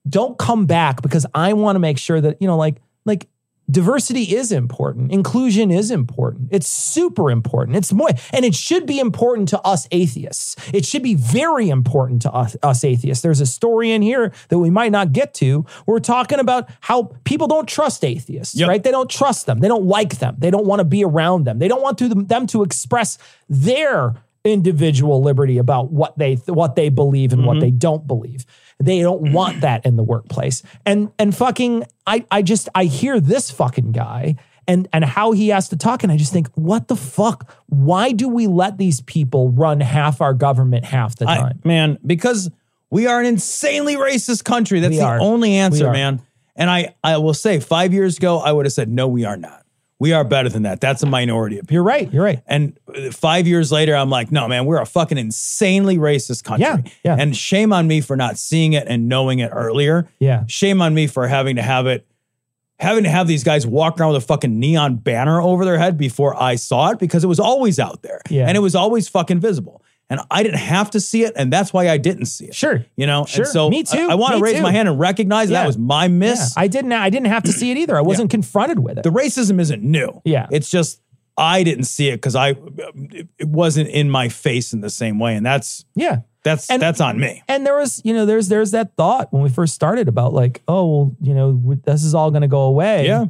E: Don't come back because I want to make sure that, you know, like like diversity is important inclusion is important it's super important it's more and it should be important to us atheists it should be very important to us, us atheists there's a story in here that we might not get to we're talking about how people don't trust atheists
D: Yep.
E: right they don't trust them they don't like them they don't want to be around them they don't want to them to express their individual liberty about what they what they believe and what they don't believe they don't want that in the workplace and and fucking i i just i hear this fucking guy
D: and and how he has to talk. And I just think, what the fuck? Why do we let these people run half our government half the
E: I,
D: time?
E: man, because we are an insanely racist country. That's
D: We
E: the
D: are.
E: only answer,
D: We are.
E: man. And I, I will say, five years ago, I would have said, no, we are not. We are better than that. That's a minority of people.
D: you're right. You're right.
E: And uh, five years later, I'm like, no, man, we're a fucking insanely racist country.
D: Yeah, yeah.
E: And shame on me for not seeing it and knowing it earlier.
D: Yeah.
E: Shame on me for having to have it, having to have these guys walk around with a fucking neon banner over their head before I saw it because it was always out there.
D: Yeah.
E: And it was always fucking visible. And I didn't have to see it. And that's why I didn't see it.
D: Sure.
E: You know,
D: Sure.
E: And so
D: Me too.
E: I, want to
D: Me
E: raise
D: too.
E: my hand and recognize that
D: Yeah.
E: was my miss.
D: Yeah. I didn't. I didn't have to see it either. I wasn't confronted with it.
E: the racism isn't new.
D: Yeah.
E: It's just I didn't see it because I it it wasn't in my face in the same way. And that's
D: yeah.
E: that's
D: And-
E: that's on me.
D: And there was, you know, there's there's that thought when we first started about like, oh, well, you know, w- this is all going to go away.
E: Yeah.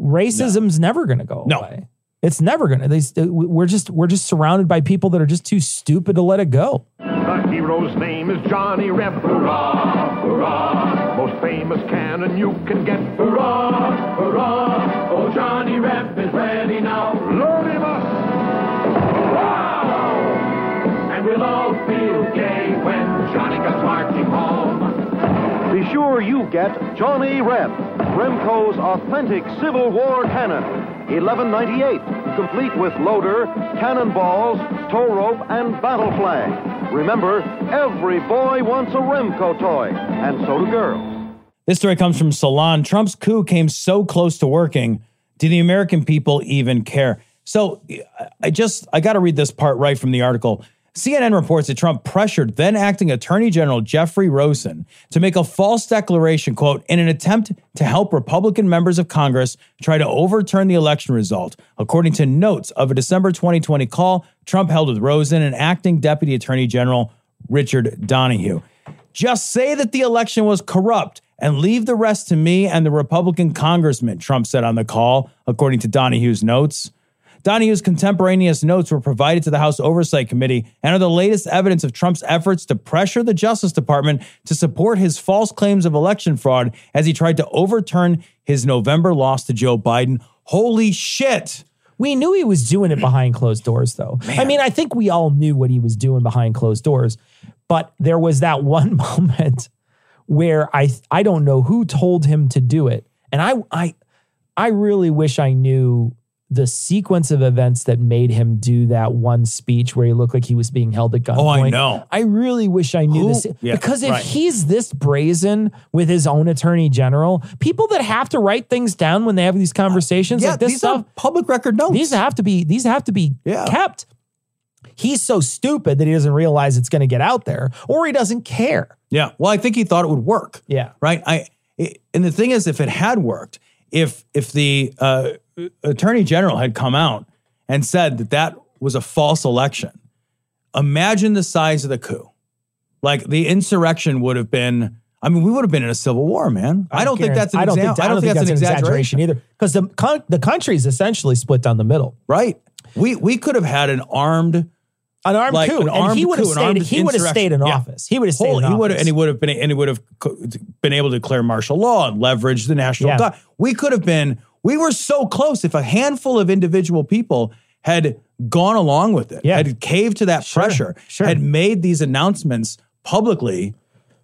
D: racism's never going to go
E: No.
D: away. It's never going to. They, st- we're just we're just surrounded by people that are just too stupid to let it go.
J: The hero's name is Johnny Reb. Hurrah, hurrah. Most famous cannon you can get. Hurrah, hurrah. Oh, Johnny Reb is ready now. Load him up. Wow! And we'll all feel gay when Johnny comes marching home.
G: Be sure you get Johnny Reb, Remco's authentic Civil War cannon. 1198, complete with loader, cannonballs, tow rope, and battle flag. Remember, every boy wants a Remco toy, and so do girls.
E: This story comes from Salon. Trump's coup came so close to working. Do the American people even care? So I- I just, I got to read this part right from the article. CNN reports that Trump pressured then acting Attorney General Jeffrey Rosen to make a false declaration, quote, in an attempt to help Republican members of Congress try to overturn the election result. According to notes of a December 2020 call Trump held with Rosen and acting Deputy Attorney General Richard Donahue. Just say that the election was corrupt and leave the rest to me and the Republican congressman, Trump said on the call, according to Donahue's notes. Donahue's contemporaneous notes were provided to the House Oversight Committee and are the latest evidence of Trump's efforts to pressure the Justice Department to support his false claims of election fraud as he tried to overturn his November loss to Joe Biden. Holy shit.
D: We knew he was doing it behind closed doors, though. I mean, I think we all knew what he was doing behind closed doors, but there was that one moment where I I don't know who told him to do it, and I I I really wish I knew the sequence of events that made him do that one speech where he looked like he was being held at gunpoint.
E: Oh, I know.
D: I really wish I knew this
E: Yeah,
D: because if
E: right.
D: he's this brazen with his own attorney general, people that have to write things down when they have these conversations like this
E: these
D: stuff
E: are public record notes.
D: these have to be these have to be
E: Yeah.
D: kept. He's so stupid that he doesn't realize it's going to get out there, or he doesn't care.
E: yeah. Well, I think he thought it would work.
D: Yeah,
E: right i it, and the thing is if it had worked if if the uh, attorney general had come out and said that that was a false election imagine the size of the coup like the insurrection would have been i mean we would have been in a civil war man i, don't think
D: Guaran-
E: that's an
D: I don't
E: exam-
D: think,
E: i don't think that's an exaggeration,
D: either, because the con- the country's essentially split down the middle.
E: right we we could have had an armed
D: An armed
E: Like
D: coup,
E: an
D: and he
E: armed
D: would have
E: coup, an
D: stayed.
E: armed
D: He would have
E: insurrection.
D: stayed in
E: Yeah.
D: office. He would have stayed.
E: Whole-
D: in
E: he would
D: office.
E: and he would have been and he would have co- been able to declare martial law and leverage the national
D: Yeah.
E: guard. We could have been we were so close if a handful of individual people had gone along with it,
D: Yeah.
E: had caved to that pressure,
D: sure.
E: had made these announcements publicly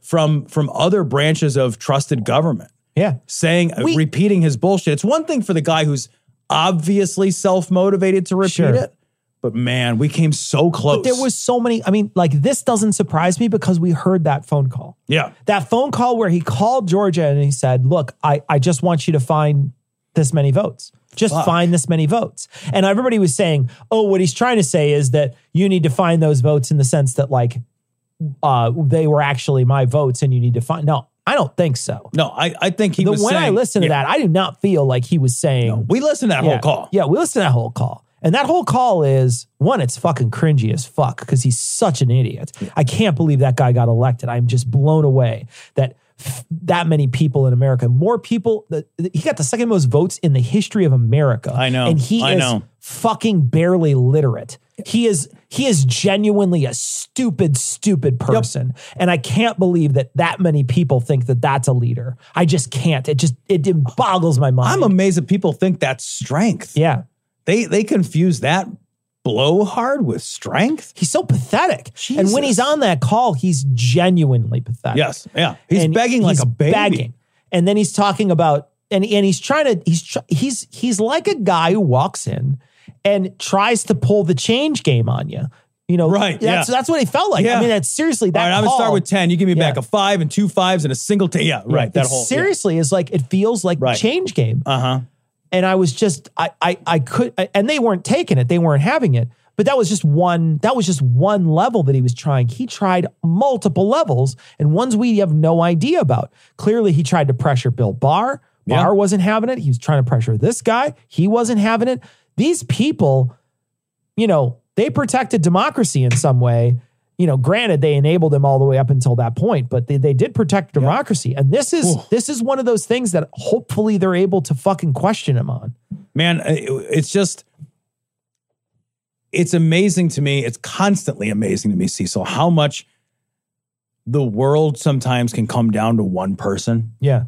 E: from from other branches of trusted government
D: yeah.
E: saying
D: We-
E: repeating his bullshit. It's one thing for the guy who's obviously self-motivated to repeat
D: Sure.
E: it, but man, we came so close.
D: But there was so many. I mean, like this doesn't surprise me because we heard that phone call.
E: yeah.
D: that phone call where he called Georgia and he said, "Look, I I just want you to find this many votes. Just find this many votes." And everybody was saying, "Oh, what he's trying to say is that you need to find those votes in the sense that like uh they were actually my votes and you need to find No, I don't think so.
E: No, I, I think he
D: The-
E: was
D: when I
E: saying-
D: listen to
E: Yeah.
D: that, I do not feel like he was saying
E: We listened to that
D: yeah,
E: whole call.
D: Yeah, we listened to that whole call. And that whole call is one, it's fucking cringy as fuck because he's such an idiot. I can't believe that guy got elected. I'm just blown away that f- that many people in America, more people, that he got the second most votes in the history of America.
E: I know,
D: And he
E: I
D: is
E: know.
D: fucking barely literate. He is he is genuinely a stupid, stupid person, and I can't believe that that many people think that that's a leader. I just can't. It just it, it boggles my mind.
E: I'm amazed that people think that's strength.
D: yeah.
E: They they confuse that blowhard with strength.
D: He's so pathetic, and when he's
E: Jesus.
D: on that call, he's genuinely pathetic.
E: Yes. Yeah. He's
D: And
E: begging like
D: he's
E: a baby.
D: Begging. And then he's talking about and and he's trying to he's tr- he's he's like a guy who walks in and tries to pull the change game on you. You know,
E: Right,
D: That's
E: yeah.
D: that's what he felt like. I
E: Yeah.
D: mean, that's seriously that.
E: All right, I'm gonna
D: call-
E: start with ten. You give me
D: Yeah.
E: back a five and two fives and a single ten. Yeah, right.
D: Yeah,
E: That
D: it
E: whole
D: seriously is like it feels like
E: Right.
D: change game.
E: Uh huh.
D: And I was just I I I could I- and they weren't taking it. They weren't having it. But that was just one that was just one level that he was trying. He tried multiple levels and ones we have no idea about. Clearly he tried to pressure Bill Barr.
E: Yeah.
D: Barr wasn't having it. He was trying to pressure this guy. He wasn't having it. These people you know, they protected democracy in some way. You know, granted, they enabled them all the way up until that point, but they, they did protect democracy. And this is this is one of those things that hopefully they're able to fucking question him on.
E: man it- it's just it's amazing to me it's constantly amazing to me cecil how much the world sometimes can come down to one person
D: Yeah.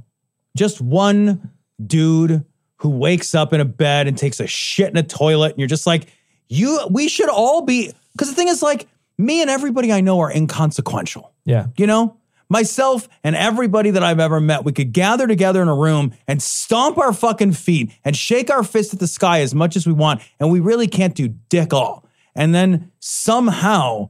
E: just one dude who wakes up in a bed and takes a shit in a toilet and you're just like you we should all be because the thing is like me and everybody i know are inconsequential
D: Yeah.
E: you know, myself and everybody that I've ever met, we could gather together in a room and stomp our fucking feet and shake our fist at the sky as much as we want. And we really can't do dick all. And then somehow,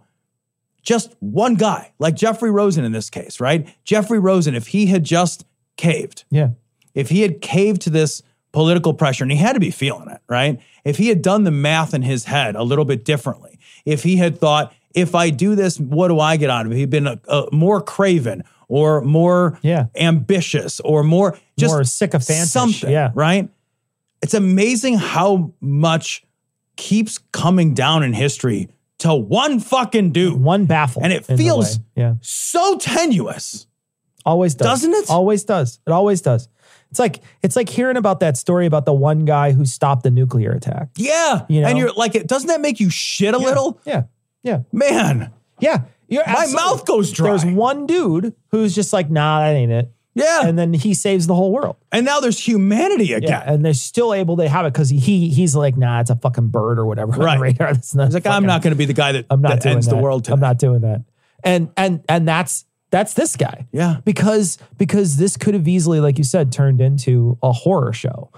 E: just one guy, like Jeffrey Rosen in this case, right? Jeffrey Rosen, if he had just caved,
D: Yeah.
E: if he had caved to this political pressure, and he had to be feeling it, right? If he had done the math in his head a little bit differently, if he had thought, if I do this, what do I get out of it? He'd been a, a more craven or more
D: Yeah.
E: ambitious or more just
D: More sycophantish,
E: something,
D: yeah.
E: right? It's amazing how much keeps coming down in history to one fucking dude.
D: One baffle.
E: And it
D: in a
E: feels-
D: way. Yeah.
E: So tenuous.
D: Always does. Oh,
E: Doesn't it?
D: Always does. It always does. It's like it's like hearing about that story about the one guy who stopped the nuclear attack.
E: Yeah.
D: You know?
E: And you're like, it doesn't that make you shit a little?
D: Yeah. Yeah.
E: Man.
D: Yeah. You're
E: My mouth goes dry.
D: There's one dude who's just like, nah, that ain't it.
E: Yeah.
D: And then he saves the whole world.
E: And now there's humanity again.
D: Yeah, and they're still able to have it because he he's like, nah, it's a fucking bird or whatever. on the
E: Right.
D: radar. That's not
E: He's like, I'm
D: fucking-
E: not going to be the guy that,
D: I'm not
E: that
D: doing
E: ends
D: that.
E: the world today.
D: I'm not doing that. And and and that's that's this guy.
E: Yeah.
D: Because because this could have easily, like you said, turned into a horror show.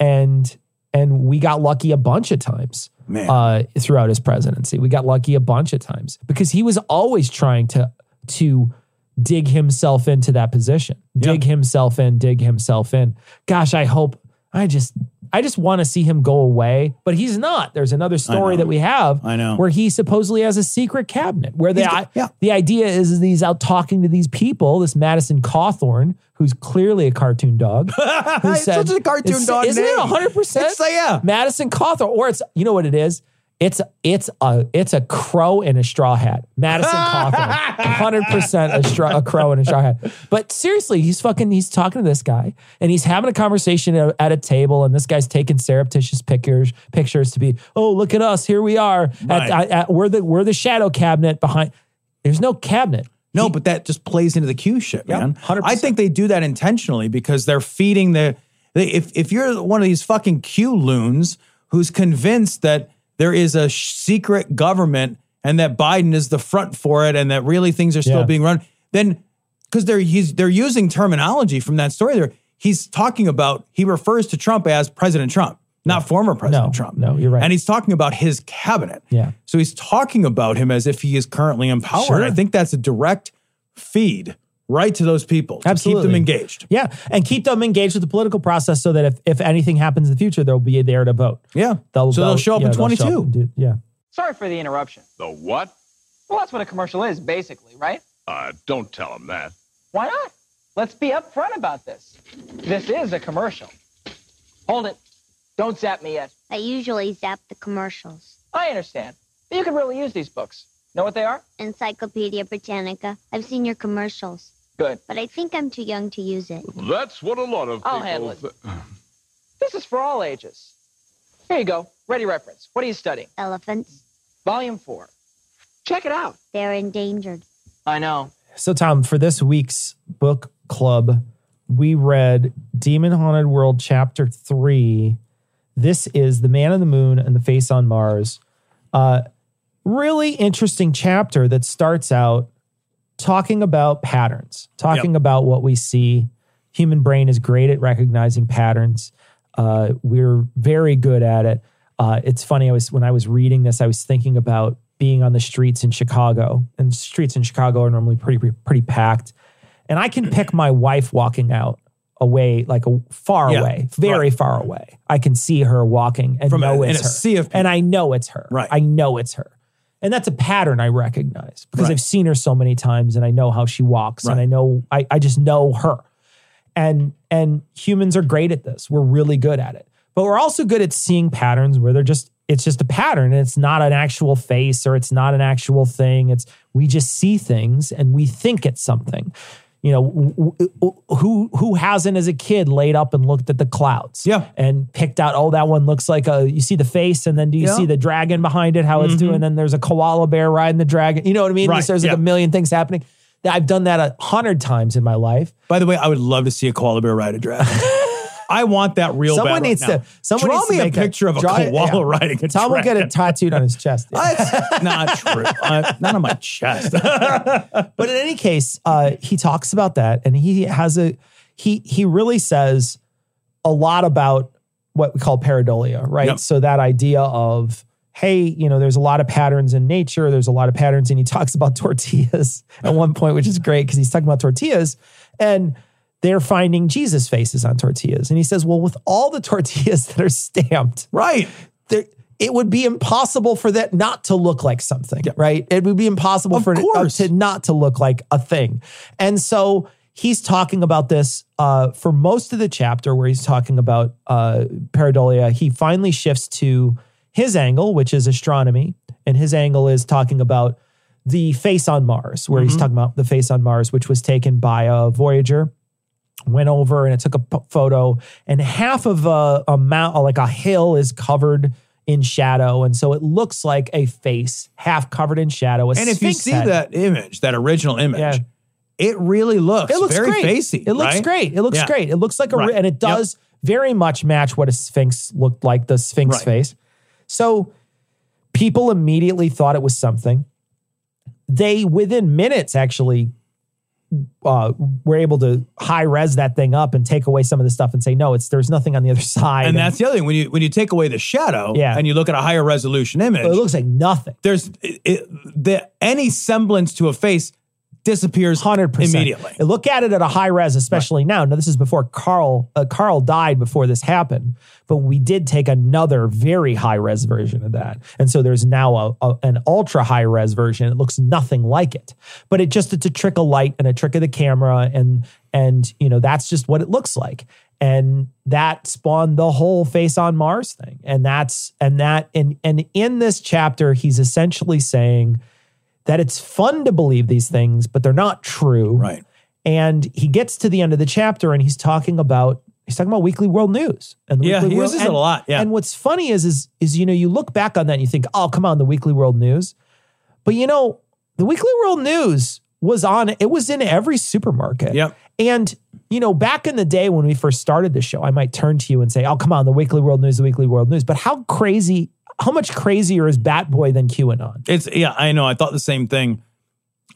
D: And and we got lucky a bunch of times
E: Man.
D: uh throughout his presidency. We got lucky a bunch of times because he was always trying to to dig himself into that position. Dig himself in, dig himself in. Gosh, I hope I just I just want to see him go away, but he's not. There's another story
E: know.
D: that we have
E: I know.
D: where he supposedly has a secret cabinet where they,
E: He's got-
D: I-
E: yeah.
D: the idea is, is that he's out talking to these people, this Madison Cawthorn, who's clearly a cartoon dog. who
E: It's
D: said-
E: such a cartoon
D: it's-
E: dog
D: Isn't it
E: name.
D: 100%?
E: It's like, yeah.
D: Madison Cawthorn, or it's, you know what it is? It's it's a it's a crow in a straw hat. Madison Cawthorn, hundred percent a straw a crow in a straw hat. But seriously, he's fucking he's talking to this guy and he's having a conversation at at a table, and this guy's taking surreptitious pictures pictures to be oh look at us here we are at,
E: Right.
D: at, at- we're the we're the shadow cabinet behind. There's no cabinet.
E: No, but that just plays into the Q shit, man.
D: 100%.
E: I think they do that intentionally because they're feeding the. They, if if you're one of these fucking Q loons who's convinced that there is a sh- secret government and that Biden is the front for it and that really things are still
D: Yeah.
E: being run, then because they're he's, they're using terminology from that story there. He's talking about he refers to Trump as President Trump, not former President
D: No,
E: Trump.
D: no, you're right.
E: And he's talking about his cabinet.
D: Yeah.
E: So he's talking about him as if he is currently in power.
D: Sure.
E: And I think that's a direct feed right to those people to
D: Absolutely.
E: keep them engaged.
D: Yeah, and keep them engaged with the political process so that if, if anything happens in the future, they'll be there to vote.
E: Yeah. so they'll show up
D: yeah,
E: in
D: they'll
E: 22.
D: show up and do- yeah.
J: Sorry for the interruption.
F: The what?
J: Well, that's what a commercial is, basically, right?
F: Uh, don't tell him that.
J: Why not? Let's be upfront about this. This is a commercial. Hold it. Don't zap me yet.
K: I usually zap the commercials.
J: I understand. But you could really use these books. Know what they are?
K: Encyclopedia Britannica. I've seen your commercials,
J: Good.
K: but I think I'm too young to use it.
F: That's what a lot of
J: I'll handle it. This is for all ages. Here you go. Ready reference. What are you studying?
K: Elephants,
L: Volume 4. Check it out.
M: They're endangered.
L: I know.
E: So, Tom, for this week's book club, we read Demon Haunted World Chapter 3. This is The Man on the Moon and the Face on Mars. Uh, really interesting chapter that starts out talking about patterns, talking about what we see. Human brain is great at recognizing patterns. Uh, we're very good at it. Uh, it's funny. I was when I was reading this, I was thinking about being on the streets in Chicago, and streets in Chicago are normally pretty pretty, pretty packed. And I can pick my wife walking out away, like a, far
D: Yeah,
E: away, very far away. I can see her walking and
D: From a-
E: know
D: in
E: it's
D: a
E: her,
D: sea of
E: and I know it's her.
D: Right.
E: I know it's her. And that's a pattern I recognize because
D: Right.
E: I've seen her so many times and I know how she walks and
D: Right.
E: I know I, I just know her. And and humans are great at this. We're really good at it. But we're also good at seeing patterns where they're just it's just a pattern and it's not an actual face or it's not an actual thing. It's we just see things and we think it's something. You know, w- w- who who hasn't as a kid laid up and looked at the clouds? Yeah. And picked out, oh, that one looks like a you see the face and then do you
D: Yeah. Mm-hmm.
E: see the dragon behind it, how it's doing? And then there's a koala bear riding the dragon. You know what I mean?
D: Right,
E: There's like
D: yeah.
E: a million things happening. I've done that a hundred times in my life.
D: By the way, I would love to see a koala bear ride a dragon. I want that real bad
E: someone
D: right
E: needs
D: now.
E: to someone
D: draw
E: needs to
D: me
E: make
D: a picture of a
E: draw-
D: koala
E: yeah.
D: riding a
E: Tom will
D: dragon.
E: get it tattooed on his chest.
D: That's not true. Uh, not on my chest.
E: but in any case, uh, he talks about that, and he has a he he really says a lot about what we call pareidolia, right?
D: Yep.
E: So that idea of hey, you know, there's a lot of patterns in nature. There's a lot of patterns, and he talks about tortillas at one point, which is great because he's talking about tortillas and. They're finding Jesus faces on tortillas. And he says, well, with all the tortillas that are stamped,
D: right,
E: there, it would be impossible for that not to look like something, right? It would be impossible for it uh, to not to look like a thing. And so he's talking about this uh, for most of the chapter where he's talking about uh, pareidolia. He finally shifts to his angle, which is astronomy, and his angle is talking about the face on Mars, where he's
D: Mhm.
E: talking about the face on Mars, which was taken by a Voyager went over and it took a p- photo and half of a, a mount like a hill is covered in shadow and so it looks like a face half covered in shadow a
D: and if you
E: sphinx
D: see
E: head.
D: that image, that original image,
E: Yeah.
D: it really looks
E: it looks
D: very
E: great
D: facy.
E: it looks
D: right?
E: great it looks
D: Yeah.
E: great it looks like a re-
D: Right.
E: and it does very much match what a sphinx looked like the sphinx
D: Right.
E: face so people immediately thought it was something they within minutes actually uh, were able to high res that thing up and take away some of the stuff and say no it's there's nothing on the other side
D: And that's the other thing when you when you take away the shadow
E: Yeah.
D: and you look at a higher resolution image,
E: it looks like nothing.
D: There's it, it, the any semblance to a face disappears
E: hundred
D: immediately.
E: And Look at it at a high res, especially now. Now this is before Carl. Uh, Carl died before this happened, but we did take another very high res version of that, and so there's now a, a- an ultra high res version. It looks nothing like it, but it just it's a trick of light and a trick of the camera, and and you know that's just what it looks like. And that spawned the whole face on Mars thing. And that's and that and and in this chapter, he's essentially saying that it's fun to believe these things, but they're not true. Right. And he gets to the end of the chapter and he's talking about he's talking about weekly world news. And the
D: Yeah,
E: weekly
D: he
E: world,
D: uses it a
E: and-
D: lot, yeah.
E: And what's funny is is is you know, you look back on that and you think, oh, come on, the weekly world news. But you know, the Weekly World News was on, it was in every supermarket. Yep. And, you know, back in the day when we first started the show, I might turn to you and say, oh, come on, the Weekly World News, the Weekly World News. But how crazy, how much crazier is Bat Boy than QAnon?
D: It's yeah, I know. I thought the same thing.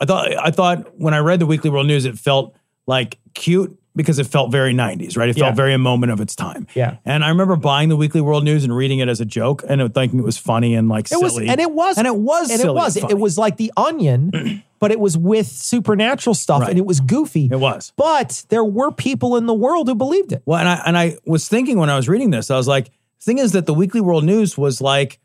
D: I thought I thought when I read the Weekly World News, it felt like cute because it felt very 90s, right? It felt
E: Yeah.
D: very a moment of its time.
E: Yeah.
D: And I remember buying the Weekly World News and reading it as a joke and thinking it was funny and like
E: It was,
D: silly.
E: and it was,
D: and it was,
E: and
D: silly
E: it was,
D: funny.
E: it was like the Onion, but it was with supernatural stuff, and it was goofy. It
D: was,
E: but there were people in the world who believed it.
D: Well, and I and I was thinking when I was reading this, I was like, the thing is that the Weekly World News was like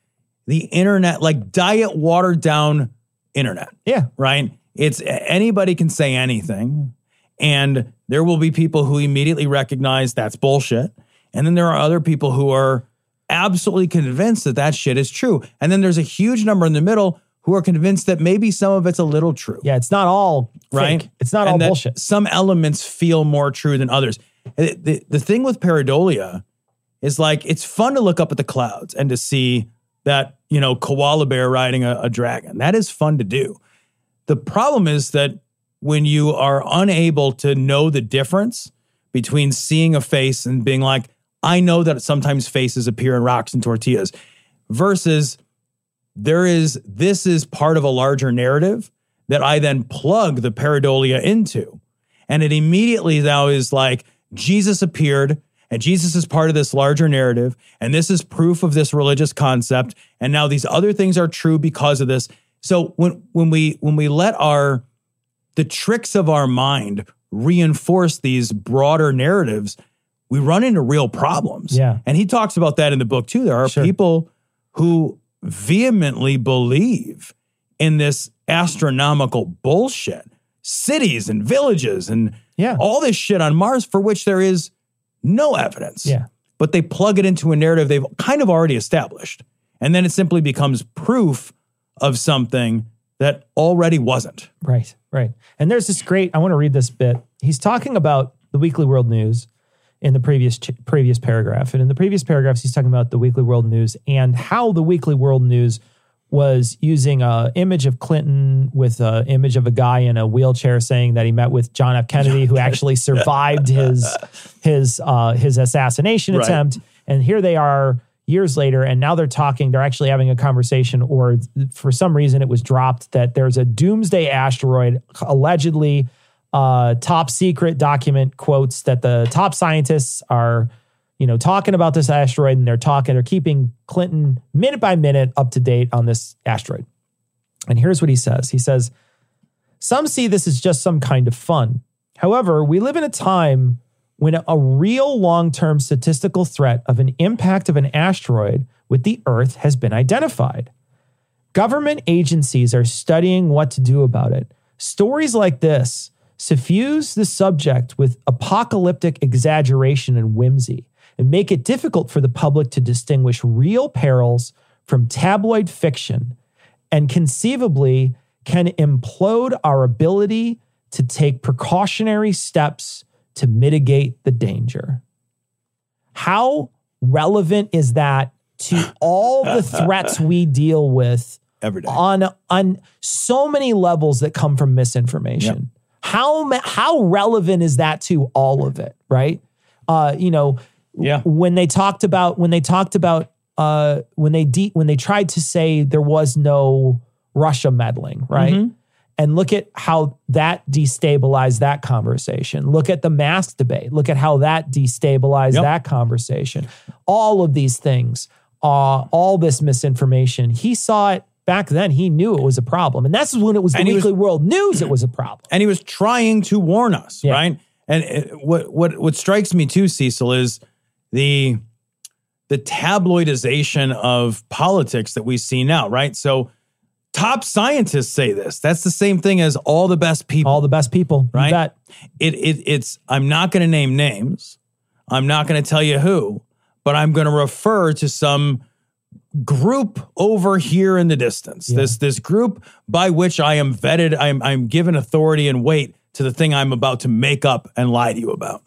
D: the internet, like diet watered down internet.
E: Yeah.
D: Right? It's anybody can say anything. And there will be people who immediately recognize that's bullshit. And then there are other people who are absolutely convinced that that shit is true. And then there's a huge number in the middle who are convinced that maybe some of it's a little true.
E: Yeah, it's not all
D: right.
E: fake. It's not
D: And
E: all
D: that
E: bullshit.
D: Some elements feel more true than others. And it- The, the thing with pareidolia is like it's fun to look up at the clouds and to see that you know, koala bear riding a, a dragon. That is fun to do. The problem is that when you are unable to know the difference between seeing a face and being like, I know that sometimes faces appear in rocks and tortillas versus there is this is part of a larger narrative that I then plug the pareidolia into. And it immediately now is like Jesus appeared and Jesus is part of this larger narrative and this is proof of this religious concept and now these other things are true because of this. So when when we when we let our the tricks of our mind reinforce these broader narratives, we run into real problems.
E: Yeah.
D: And he talks about that in the book too. There are people who vehemently believe in this astronomical bullshit. Cities and villages and yeah. all this shit on Mars for which there is no evidence.
E: Yeah.
D: But they plug it into a narrative they've kind of already established. And then it simply becomes proof of something that already wasn't.
E: Right, right. And there's this great. I want to read this bit. He's talking about the Weekly World News in the previous ch- previous paragraph, and in the previous paragraphs, he's talking about the Weekly World News and how the Weekly World News was using a image of Clinton with a image of a guy in a wheelchair saying that he met with John F. Kennedy, who actually survived his his uh, his assassination
D: Right.
E: attempt. And here they are years later, and now they're talking. They're actually having a conversation, or th- for some reason it was dropped that there's a doomsday asteroid allegedly. Uh, top secret document quotes that the top scientists are, you know, talking about this asteroid, and they're talking, they're keeping Clinton minute by minute up to date on this asteroid. And here's what he says He says, Some see this as just some kind of fun. However, we live in a time when a real long term statistical threat of an impact of an asteroid with the Earth has been identified. Government agencies are studying what to do about it. Stories like this suffuse the subject with apocalyptic exaggeration and whimsy and make it difficult for the public to distinguish real perils from tabloid fiction and conceivably can implode our ability to take precautionary steps to mitigate the danger. How relevant is that to all the threats we deal with
D: every day
E: on on so many levels that come from misinformation? How ma- how relevant is that to all of it, right? Uh, you know, yeah. when they talked about when they talked about uh when they de- when they tried to say there was no Russia meddling, right?
D: Mm-hmm.
N: Mhm.
E: And look at how that destabilized that conversation. Look at the mask debate. Look at how that destabilized that conversation. All of these things, uh, all this misinformation. He saw it back then. He knew it was a problem. And that's when it was the
D: And he was-
E: Weekly World News, it was a problem.
D: And he was trying to warn us, right? And uh, what what what strikes me too, Cecil, is the the tabloidization of politics that we see now, right? So top scientists say this. That's the same thing as all the best people. All
E: the best people,
D: right? It it it's I'm not going to name names. I'm not going to tell you who, but I'm going to refer to some group over here in the distance. This this group by which I am vetted, I'm I'm given authority and weight to the thing I'm about to make up and lie to you about.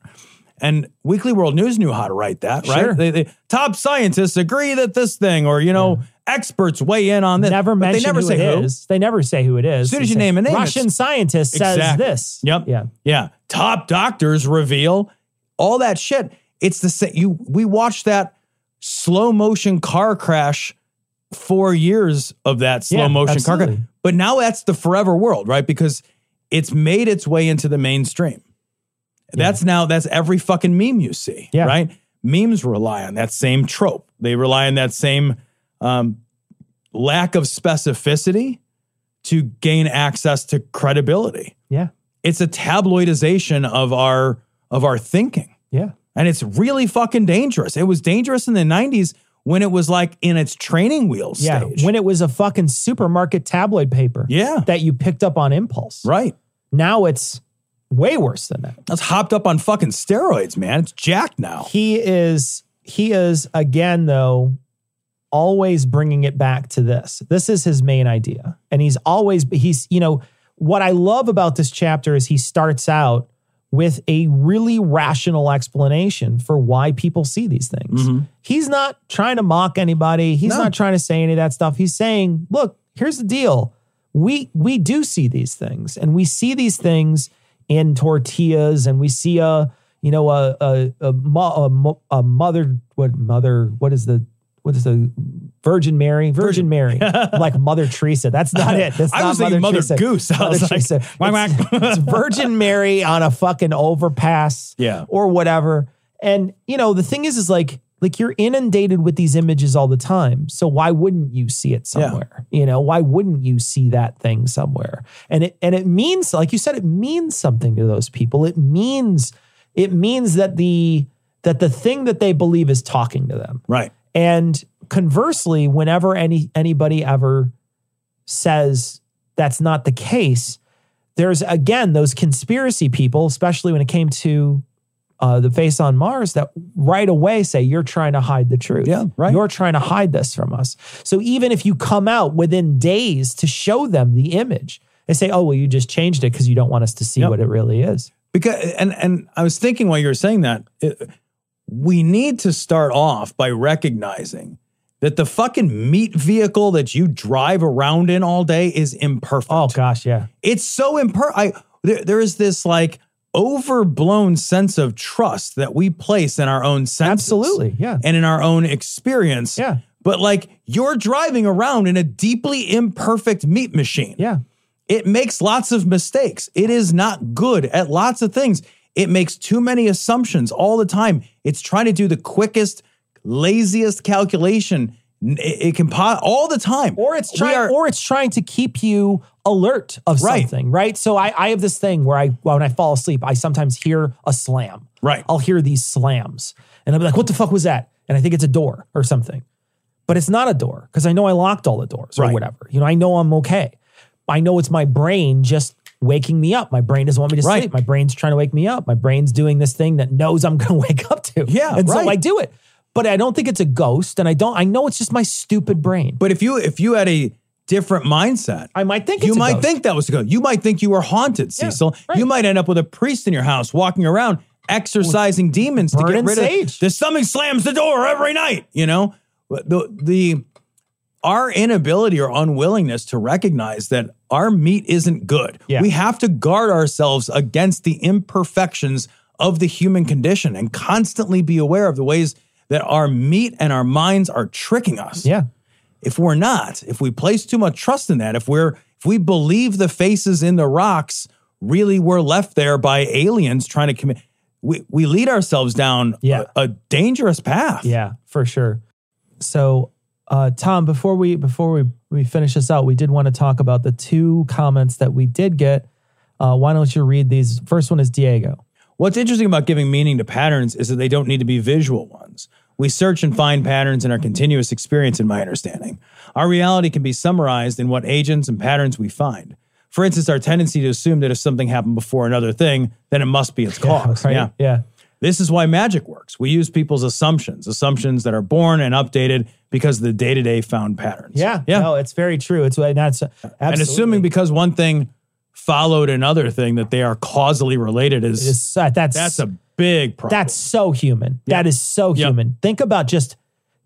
D: And Weekly World News knew how to write that, right?
E: Sure.
D: They, they, top scientists agree that this thing, or you know, experts weigh in on this.
E: Never
D: but
E: mention
D: they never
E: who
D: say
E: it
D: who.
E: is. They never say who it is.
D: As soon
E: They
D: as you
E: say,
D: name a name,
E: Russian
D: it's-
E: scientist says
D: Exactly.
E: this.
D: Yep.
E: Yeah.
D: Yeah. Top doctors reveal all that shit. It's the same. You we watched that slow motion car crash four years of that slow
O: Yeah,
D: motion car crash.
O: absolutely.
D: But now that's the forever world, right? Because it's made its way into the mainstream. That's now that's every fucking meme you see,
E: Yeah.
D: right? Memes rely on that same trope. They rely on that same um, lack of specificity to gain access to credibility.
E: Yeah.
D: It's a tabloidization of our of our thinking.
E: Yeah.
D: And it's really fucking dangerous. It was dangerous in the 90s when it was like in its training wheels
E: Yeah.
D: stage.
E: When it was a fucking supermarket tabloid paper.
D: Yeah.
E: That you picked up on impulse.
D: Right.
E: Now it's way worse than that.
D: That's hopped up on fucking steroids, man. It's jacked now.
E: He is he is again though always bringing it back to this. This is his main idea. And he's always he's you know what I love about this chapter is he starts out with a really rational explanation for why people see these things.
D: Mm-hmm.
E: He's not trying to mock anybody. He's not trying to say any of that stuff. He's saying, look, here's the deal. We we do see these things and we see these things in tortillas and we see a you know a a a, mo- a, mo- a mother what mother what is the what is the Virgin Mary? Virgin, Mary, like Mother Teresa. That's not it. That's
D: I
E: not
D: was thinking Mother
E: Teresa.
D: Goose. I was like,
E: It's- it's Virgin Mary on a fucking overpass
D: Yeah.
E: or whatever. And you know, the thing is, is like like you're inundated with these images all the time. So why wouldn't you see it somewhere? You know, why wouldn't you see that thing somewhere? And it and it means, like you said, it means something to those people. It means it means that the that the thing that they believe is talking to them.
D: Right.
E: And conversely, whenever any anybody ever says that's not the case, there's again those conspiracy people, especially when it came to uh, the face on Mars, that right away say you're trying to hide the truth. Yeah, right. You're trying to hide this from us. So even if you come out within days to show them the image, they say, "Oh, well, you just changed it because you don't want us to see what it really is."
D: Because and and I was thinking while you were saying that, it, we need to start off by recognizing that the fucking meat vehicle that you drive around in all day is imperfect. Oh
E: gosh, yeah.
D: It's so imperfect. I there, there is this like overblown sense of trust that we place in our own senses.
E: Absolutely, yeah.
D: And in our own experience.
E: Yeah.
D: But like you're driving around in a deeply imperfect meat machine.
E: Yeah.
D: It makes lots of mistakes. It is not good at lots of things. It makes too many assumptions all the time. It's trying to do the quickest, laziest calculation it, it can po- all the time.
E: Or it's trying, or it's trying to keep you alert of
D: Right.
E: something, right? So I, I have this thing where I, when I fall asleep, I sometimes hear a slam.
D: Right.
E: I'll hear these slams, and I'll be like, "What the fuck was that?" And I think it's a door or something, but it's not a door because I know I locked all the doors or
D: Right.
E: whatever. You know, I know I'm okay. I know it's my brain just waking me up. My brain doesn't want me to
D: Right.
E: sleep. My brain's trying to wake me up. My brain's doing this thing that knows I'm going to wake up to.
D: Yeah,
E: and
D: right.
E: so I do it. But I don't think it's a ghost, and I don't. I know it's just my stupid brain.
D: But if you if you had a different mindset,
E: I might think
D: you
E: it's a
D: might
E: ghost.
D: think that was a ghost. You might think you were haunted, Cecil. You might end up with a priest in your house walking around exorcising demons to get
E: Burning
D: rid
E: sage.
D: of. The stomach slams the door every night. You know But the the our inability or unwillingness to recognize that our meat isn't good. We have to guard ourselves against the imperfections of the human condition and constantly be aware of the ways that our meat and our minds are tricking us.
E: Yeah.
D: If we're not, if we place too much trust in that, if we're if we believe the faces in the rocks really were left there by aliens trying to commit we, we lead ourselves down
E: Yeah.
D: a, a dangerous path.
E: Yeah, for sure. So, uh, Tom, before we before we we finish this out, we did want to talk about the two comments that we did get. Uh, why don't you read these? First one is Diego.
D: What's interesting about giving meaning to patterns is that they don't need to be visual ones. We search and find patterns in our continuous experience, in my understanding. Our reality can be summarized in what agents and patterns we find. For instance, our tendency to assume that if something happened before another thing, then it must be its cause.
E: right?
D: Yeah.
E: Yeah.
D: This is why magic works. We use people's assumptions, assumptions that are born and updated because of the day to day found patterns.
E: Yeah. Yeah. No, it's very true. It's and that's
D: And
E: absolutely.
D: assuming because one thing followed another thing that they are causally related is
E: It's- uh, that's-
D: that's a big problem.
E: That's so human. That is so human. Think about just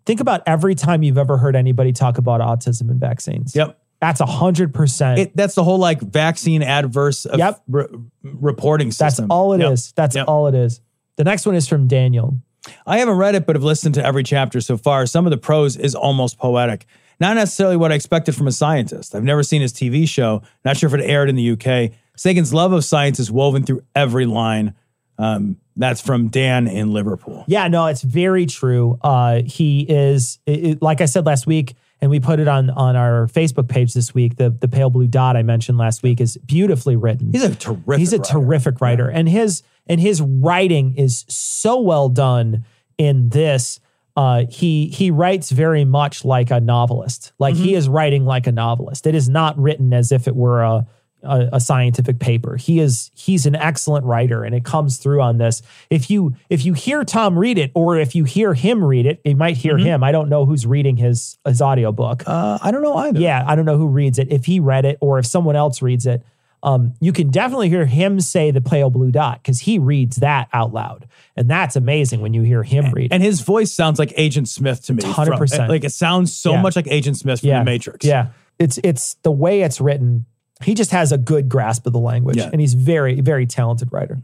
E: think about every time you've ever heard anybody talk about autism and vaccines.
D: Yep.
E: That's a hundred percent.
D: It, that's the whole like vaccine adverse eff- re- reporting system.
E: That's all it is.
D: Yep.
E: That's all it is. The next one is from Daniel.
D: I haven't read it, but have listened to every chapter so far. Some of the prose is almost poetic. Not necessarily what I expected from a scientist. I've never seen his TV show. Not sure if it aired in the UK. Sagan's love of science is woven through every line. Um, that's from Dan in Liverpool.
E: Yeah, no, it's very true. Uh, he is, it- it- like I said last week, and we put it on on our Facebook page this week. The the pale blue dot I mentioned last week is beautifully written. He's
D: a terrific.
E: He's a terrific writer, and his and his writing is so well done in this. Uh, he he writes very much like a novelist. Like he is writing like a novelist. It is not written as if it were a a, a scientific paper. He is he's an excellent writer, and it comes through on this. If you if you hear Tom read it, or if you hear him read it, you might hear him. I don't know who's reading his his audiobook.
D: Uh, I don't know either.
E: Yeah, I don't know who reads it. If he read it, or if someone else reads it. um, you can definitely hear him say the pale blue dot because he reads that out loud. And that's amazing when you hear him read.
D: And his voice sounds like Agent Smith to me. from-
E: 100%.
D: Like it sounds so
E: Yeah.
D: much like Agent Smith from
E: yeah.
D: The Matrix.
E: Yeah. It's it's the way it's written. He just has a good grasp of the language
D: Yeah.
E: and he's very very talented writer.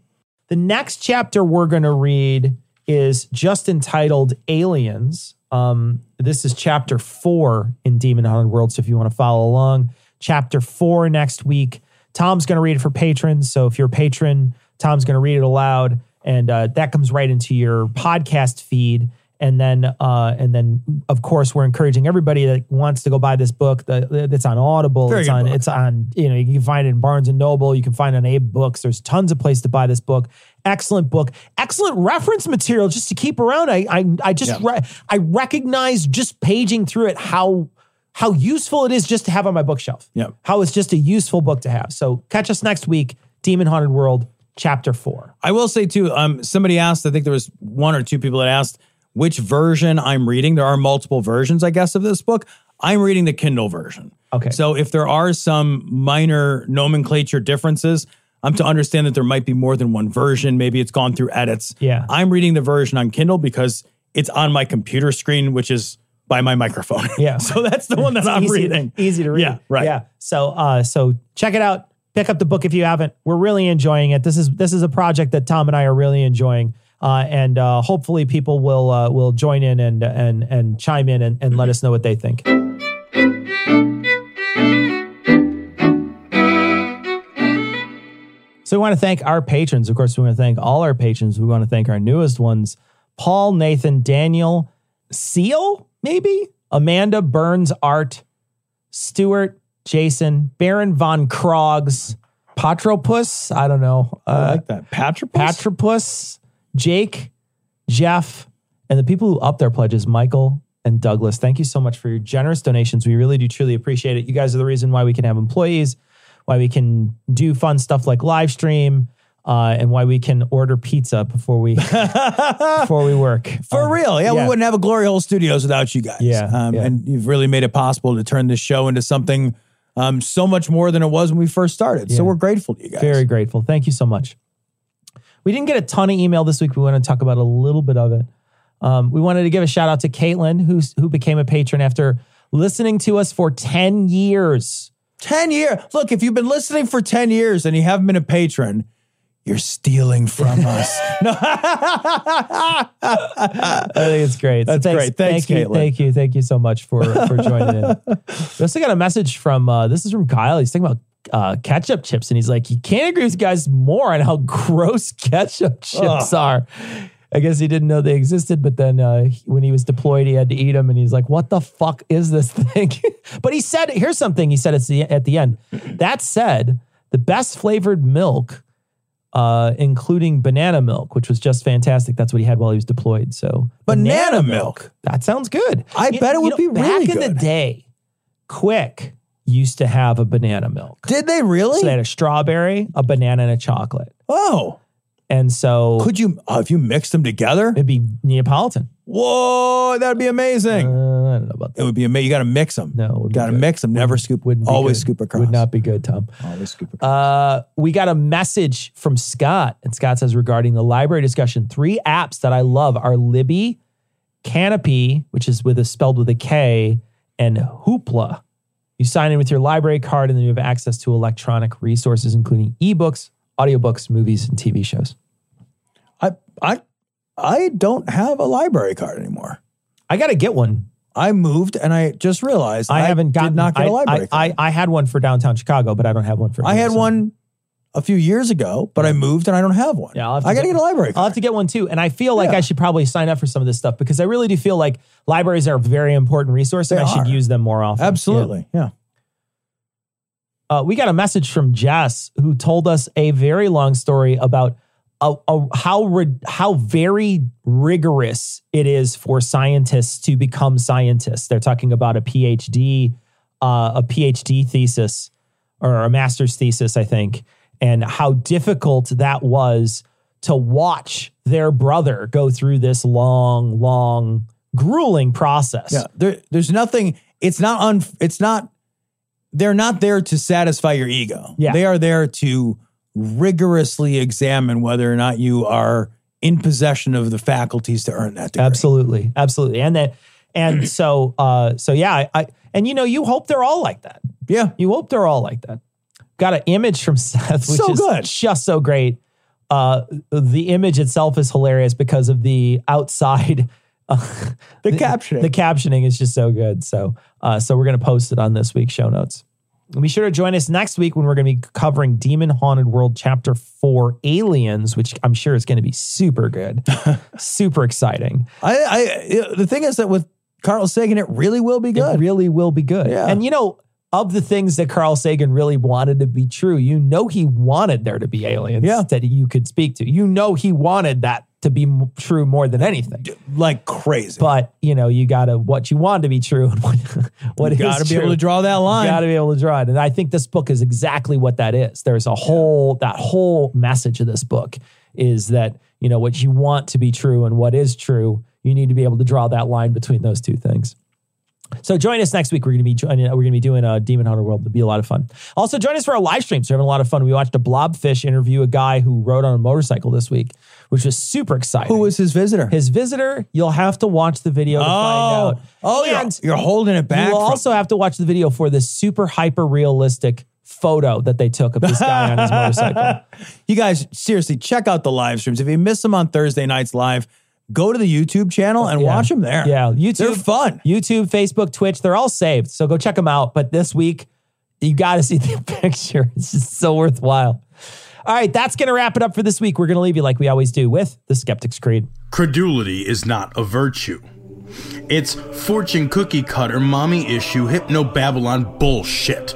E: The next chapter we're going to read is just entitled Aliens. Um this is chapter 4 in Demon Hunted World so if you want to follow along, chapter 4 next week. Tom's going to read it for patrons, so if you're a patron, Tom's going to read it aloud and uh, that comes right into your podcast feed and then uh, and then of course we're encouraging everybody that wants to go buy this book that that's on Audible.
D: Very
E: it's
D: good
E: on
D: book.
E: it's on you know you can find it in Barnes and Noble. You can find it on Abe Books. There's tons of places to buy this book. Excellent book. Excellent reference material just to keep around. I I, I just
D: Yeah.
E: re- I recognize just paging through it how how useful it is just to have on my bookshelf.
D: Yeah.
E: How it's just a useful book to have. So catch us next week. Demon Haunted World, Chapter Four.
D: I will say too, um, somebody asked, I think there was one or two people that asked which version I'm reading. There are multiple versions, I guess, of this book. I'm reading the Kindle version.
E: Okay.
D: So if there are some minor nomenclature differences, I'm to understand that there might be more than one version. Maybe it's gone through edits.
E: Yeah.
D: I'm reading the version on Kindle because it's on my computer screen, which is by my microphone.
E: Yeah.
D: so that's the one that
E: It's
D: I'm
E: easy- E-
D: reading.
E: Easy to read.
D: Yeah, right.
E: Yeah. So uh so check it out. Pick up the book if you haven't. We're really enjoying it. This is this is a project that Tom and I are really enjoying. Uh, and uh, hopefully people will uh, will join in and and and chime in and,
D: Mm-hmm.
E: and let us know what they think. So we want to thank our patrons. Of course, we want to thank all our patrons. We want to thank our newest ones Paul, Nathan, Daniel, Seal, maybe? Amanda Burns Art, Stuart, Jason, Baron Von Krogs, Patropus. I don't know. I like
D: that. Patropus?
E: Patropus, Jake, Jeff, and the people who up their pledges, Michael and Douglas. Thank you so much for your generous donations. We really do truly appreciate it. You guys are the reason why we can have employees, why we can do fun stuff like live stream, uh, and why we can order pizza before we before we work.
D: For real. Yeah,
E: Um, yeah.
D: we wouldn't have a Glory Hole Studios without you guys.
E: Yeah,
D: Um,
E: yeah.
D: And you've really made it possible to turn this show into something um, so much more than it was when we first started.
E: Yeah.
D: So we're grateful to you guys.
E: Very grateful. Thank you so much. We didn't get a ton of email this week. We want to talk about a little bit of it. Um, we wanted to give a shout out to Caitlin, who's, who became a patron after listening to us for 10 years.
D: 10 years. Look, if you've been listening for 10 years and you haven't been a patron, you're stealing from us.
E: I think it's great.
D: That's great. Thanks,
E: thank you,
D: Caitlin.
E: Thank you. Thank you so much for, for joining in. We also got a message from, uh, this is from Kyle. He's talking about uh, ketchup chips, and he's like, you can't agree with you guys more on how gross ketchup
D: Ugh.
E: chips are. I guess he didn't know they existed, but then uh, he- when he was deployed, he had to eat them, and he's like, "What the fuck is this thing?" but he said, "Here's something." He said at the at the end. That said, the best flavored milk, uh, including banana milk, which was just fantastic. That's what he had while he was deployed. So
D: Banana milk.
E: That sounds good.
D: I bet it would be really
E: back in the
D: good.
E: day. Quick used to have a banana milk.
D: Did they really?
E: So they had a strawberry, a banana, and a chocolate.
D: oh,
E: And so
D: could you, oh, if you mixed them together?
E: it'd be Neapolitan.
D: Whoa, that'd be amazing.
E: Uh, I don't know about that.
D: it would be amazing. You got to mix them.
E: No, it would be
D: Got to
E: good.
D: mix them. Never scoop.
E: Wouldn't be
D: Always
E: good.
D: scoop across.
E: Would not be good, Tom.
D: Always scoop across.
E: Uh, we got a message from Scott, and Scott says regarding the library discussion, three apps that I love are Libby, Canopy, which is with a spelled with a K, and Hoopla. You sign in with your library card, and then you have access to electronic resources, including ebooks, audiobooks, movies, and TV shows.
D: I I I don't have a library card anymore.
E: I got to get one.
D: I moved and I just realized
E: I, haven't gotten.
D: did not get
E: I-
D: a library
E: I,
D: card.
E: I, I had one for downtown Chicago, but I don't have one for.
D: I, had
E: Arizona.
D: one a few years ago, but I moved and I don't have one.
E: Yeah, I'll have to
D: I got to get a library
E: I'll
D: card.
E: have to get one too. And I feel like
D: Yeah.
E: I should probably sign up for some of this stuff because I really do feel like libraries are a very important resource and
D: They
E: I should
D: are.
E: use them more often.
D: Absolutely. Yeah.
E: Yeah. Uh, we got a message from Jess who told us a very long story about a, a, how ri- how very rigorous it is for scientists to become scientists. They're talking about a PhD, uh, a PhD thesis or a master's thesis, I think, and how difficult that was to watch their brother go through this long, long, grueling process.
D: Yeah. There, there's nothing. It's not un. It's not.
O: they're not there to satisfy your ego. Yeah. They are there to rigorously examine whether or not you are in possession of the faculties to earn that degree.
E: Absolutely, absolutely, and that, and so, uh, so yeah, I, I, and you know, you hope they're all like that.
O: Yeah,
E: you hope they're all like that. Got an image from Seth, which
O: So
E: is
O: good.
E: just so great. Uh, the image itself is hilarious because of the outside. Uh, the, captioning, the captioning is just so good. So, uh, so we're gonna post it on this week's show notes. And Be sure to join us next week when we're going to be covering Demon Haunted World Chapter 4 Aliens, which I'm sure is going to be super good, super exciting.
O: I, I it- the thing is that with Carl Sagan, it really will be good.
E: It really will be good.
O: Yeah.
E: And you know, of the things that Carl Sagan really wanted to be true, you know, he wanted there to be aliens that you could speak to. You know, he wanted that to be m- true more than anything.
O: Like crazy.
E: But, you know, you got to, what you want to be true and what, what
O: You gotta be able to draw that line.
E: got to be able to draw it. And I think this book is exactly what that is. There's a whole, that whole message of this book is that, you know, what you want to be true and what is true, you need to be able to draw that line between those two things. So join us next week. We're going to be joining, we're going to be doing a Demon Hunter World. It'll be a lot of fun. Also, join us for our live streams. We're having a lot of fun. We watched a Blobfish interview a guy who rode on a motorcycle this week, which was super exciting. Who was
O: his visitor?
E: His visitor. You'll have to watch the video to find out.
O: Oh, you're,
E: And
O: you're holding it back.
E: You'll
O: from-
E: also have to watch the video for this super hyper realistic photo that they took of this guy on his motorcycle.
O: you guys, seriously, check out the live streams. If you miss them on Thursday nights live, go to the YouTube channel and watch them there.
E: Yeah, YouTube.
O: They're fun.
E: YouTube, Facebook, Twitch, they're all saved. So go check them out. But this week, you got to see the picture. It's just so worthwhile. All right, that's going to wrap it up for this week. We're going to leave you like we always do with the Skeptic's Creed.
N: Credulity is not a virtue. It's fortune cookie cutter, mommy issue, hypno Babylon bullshit.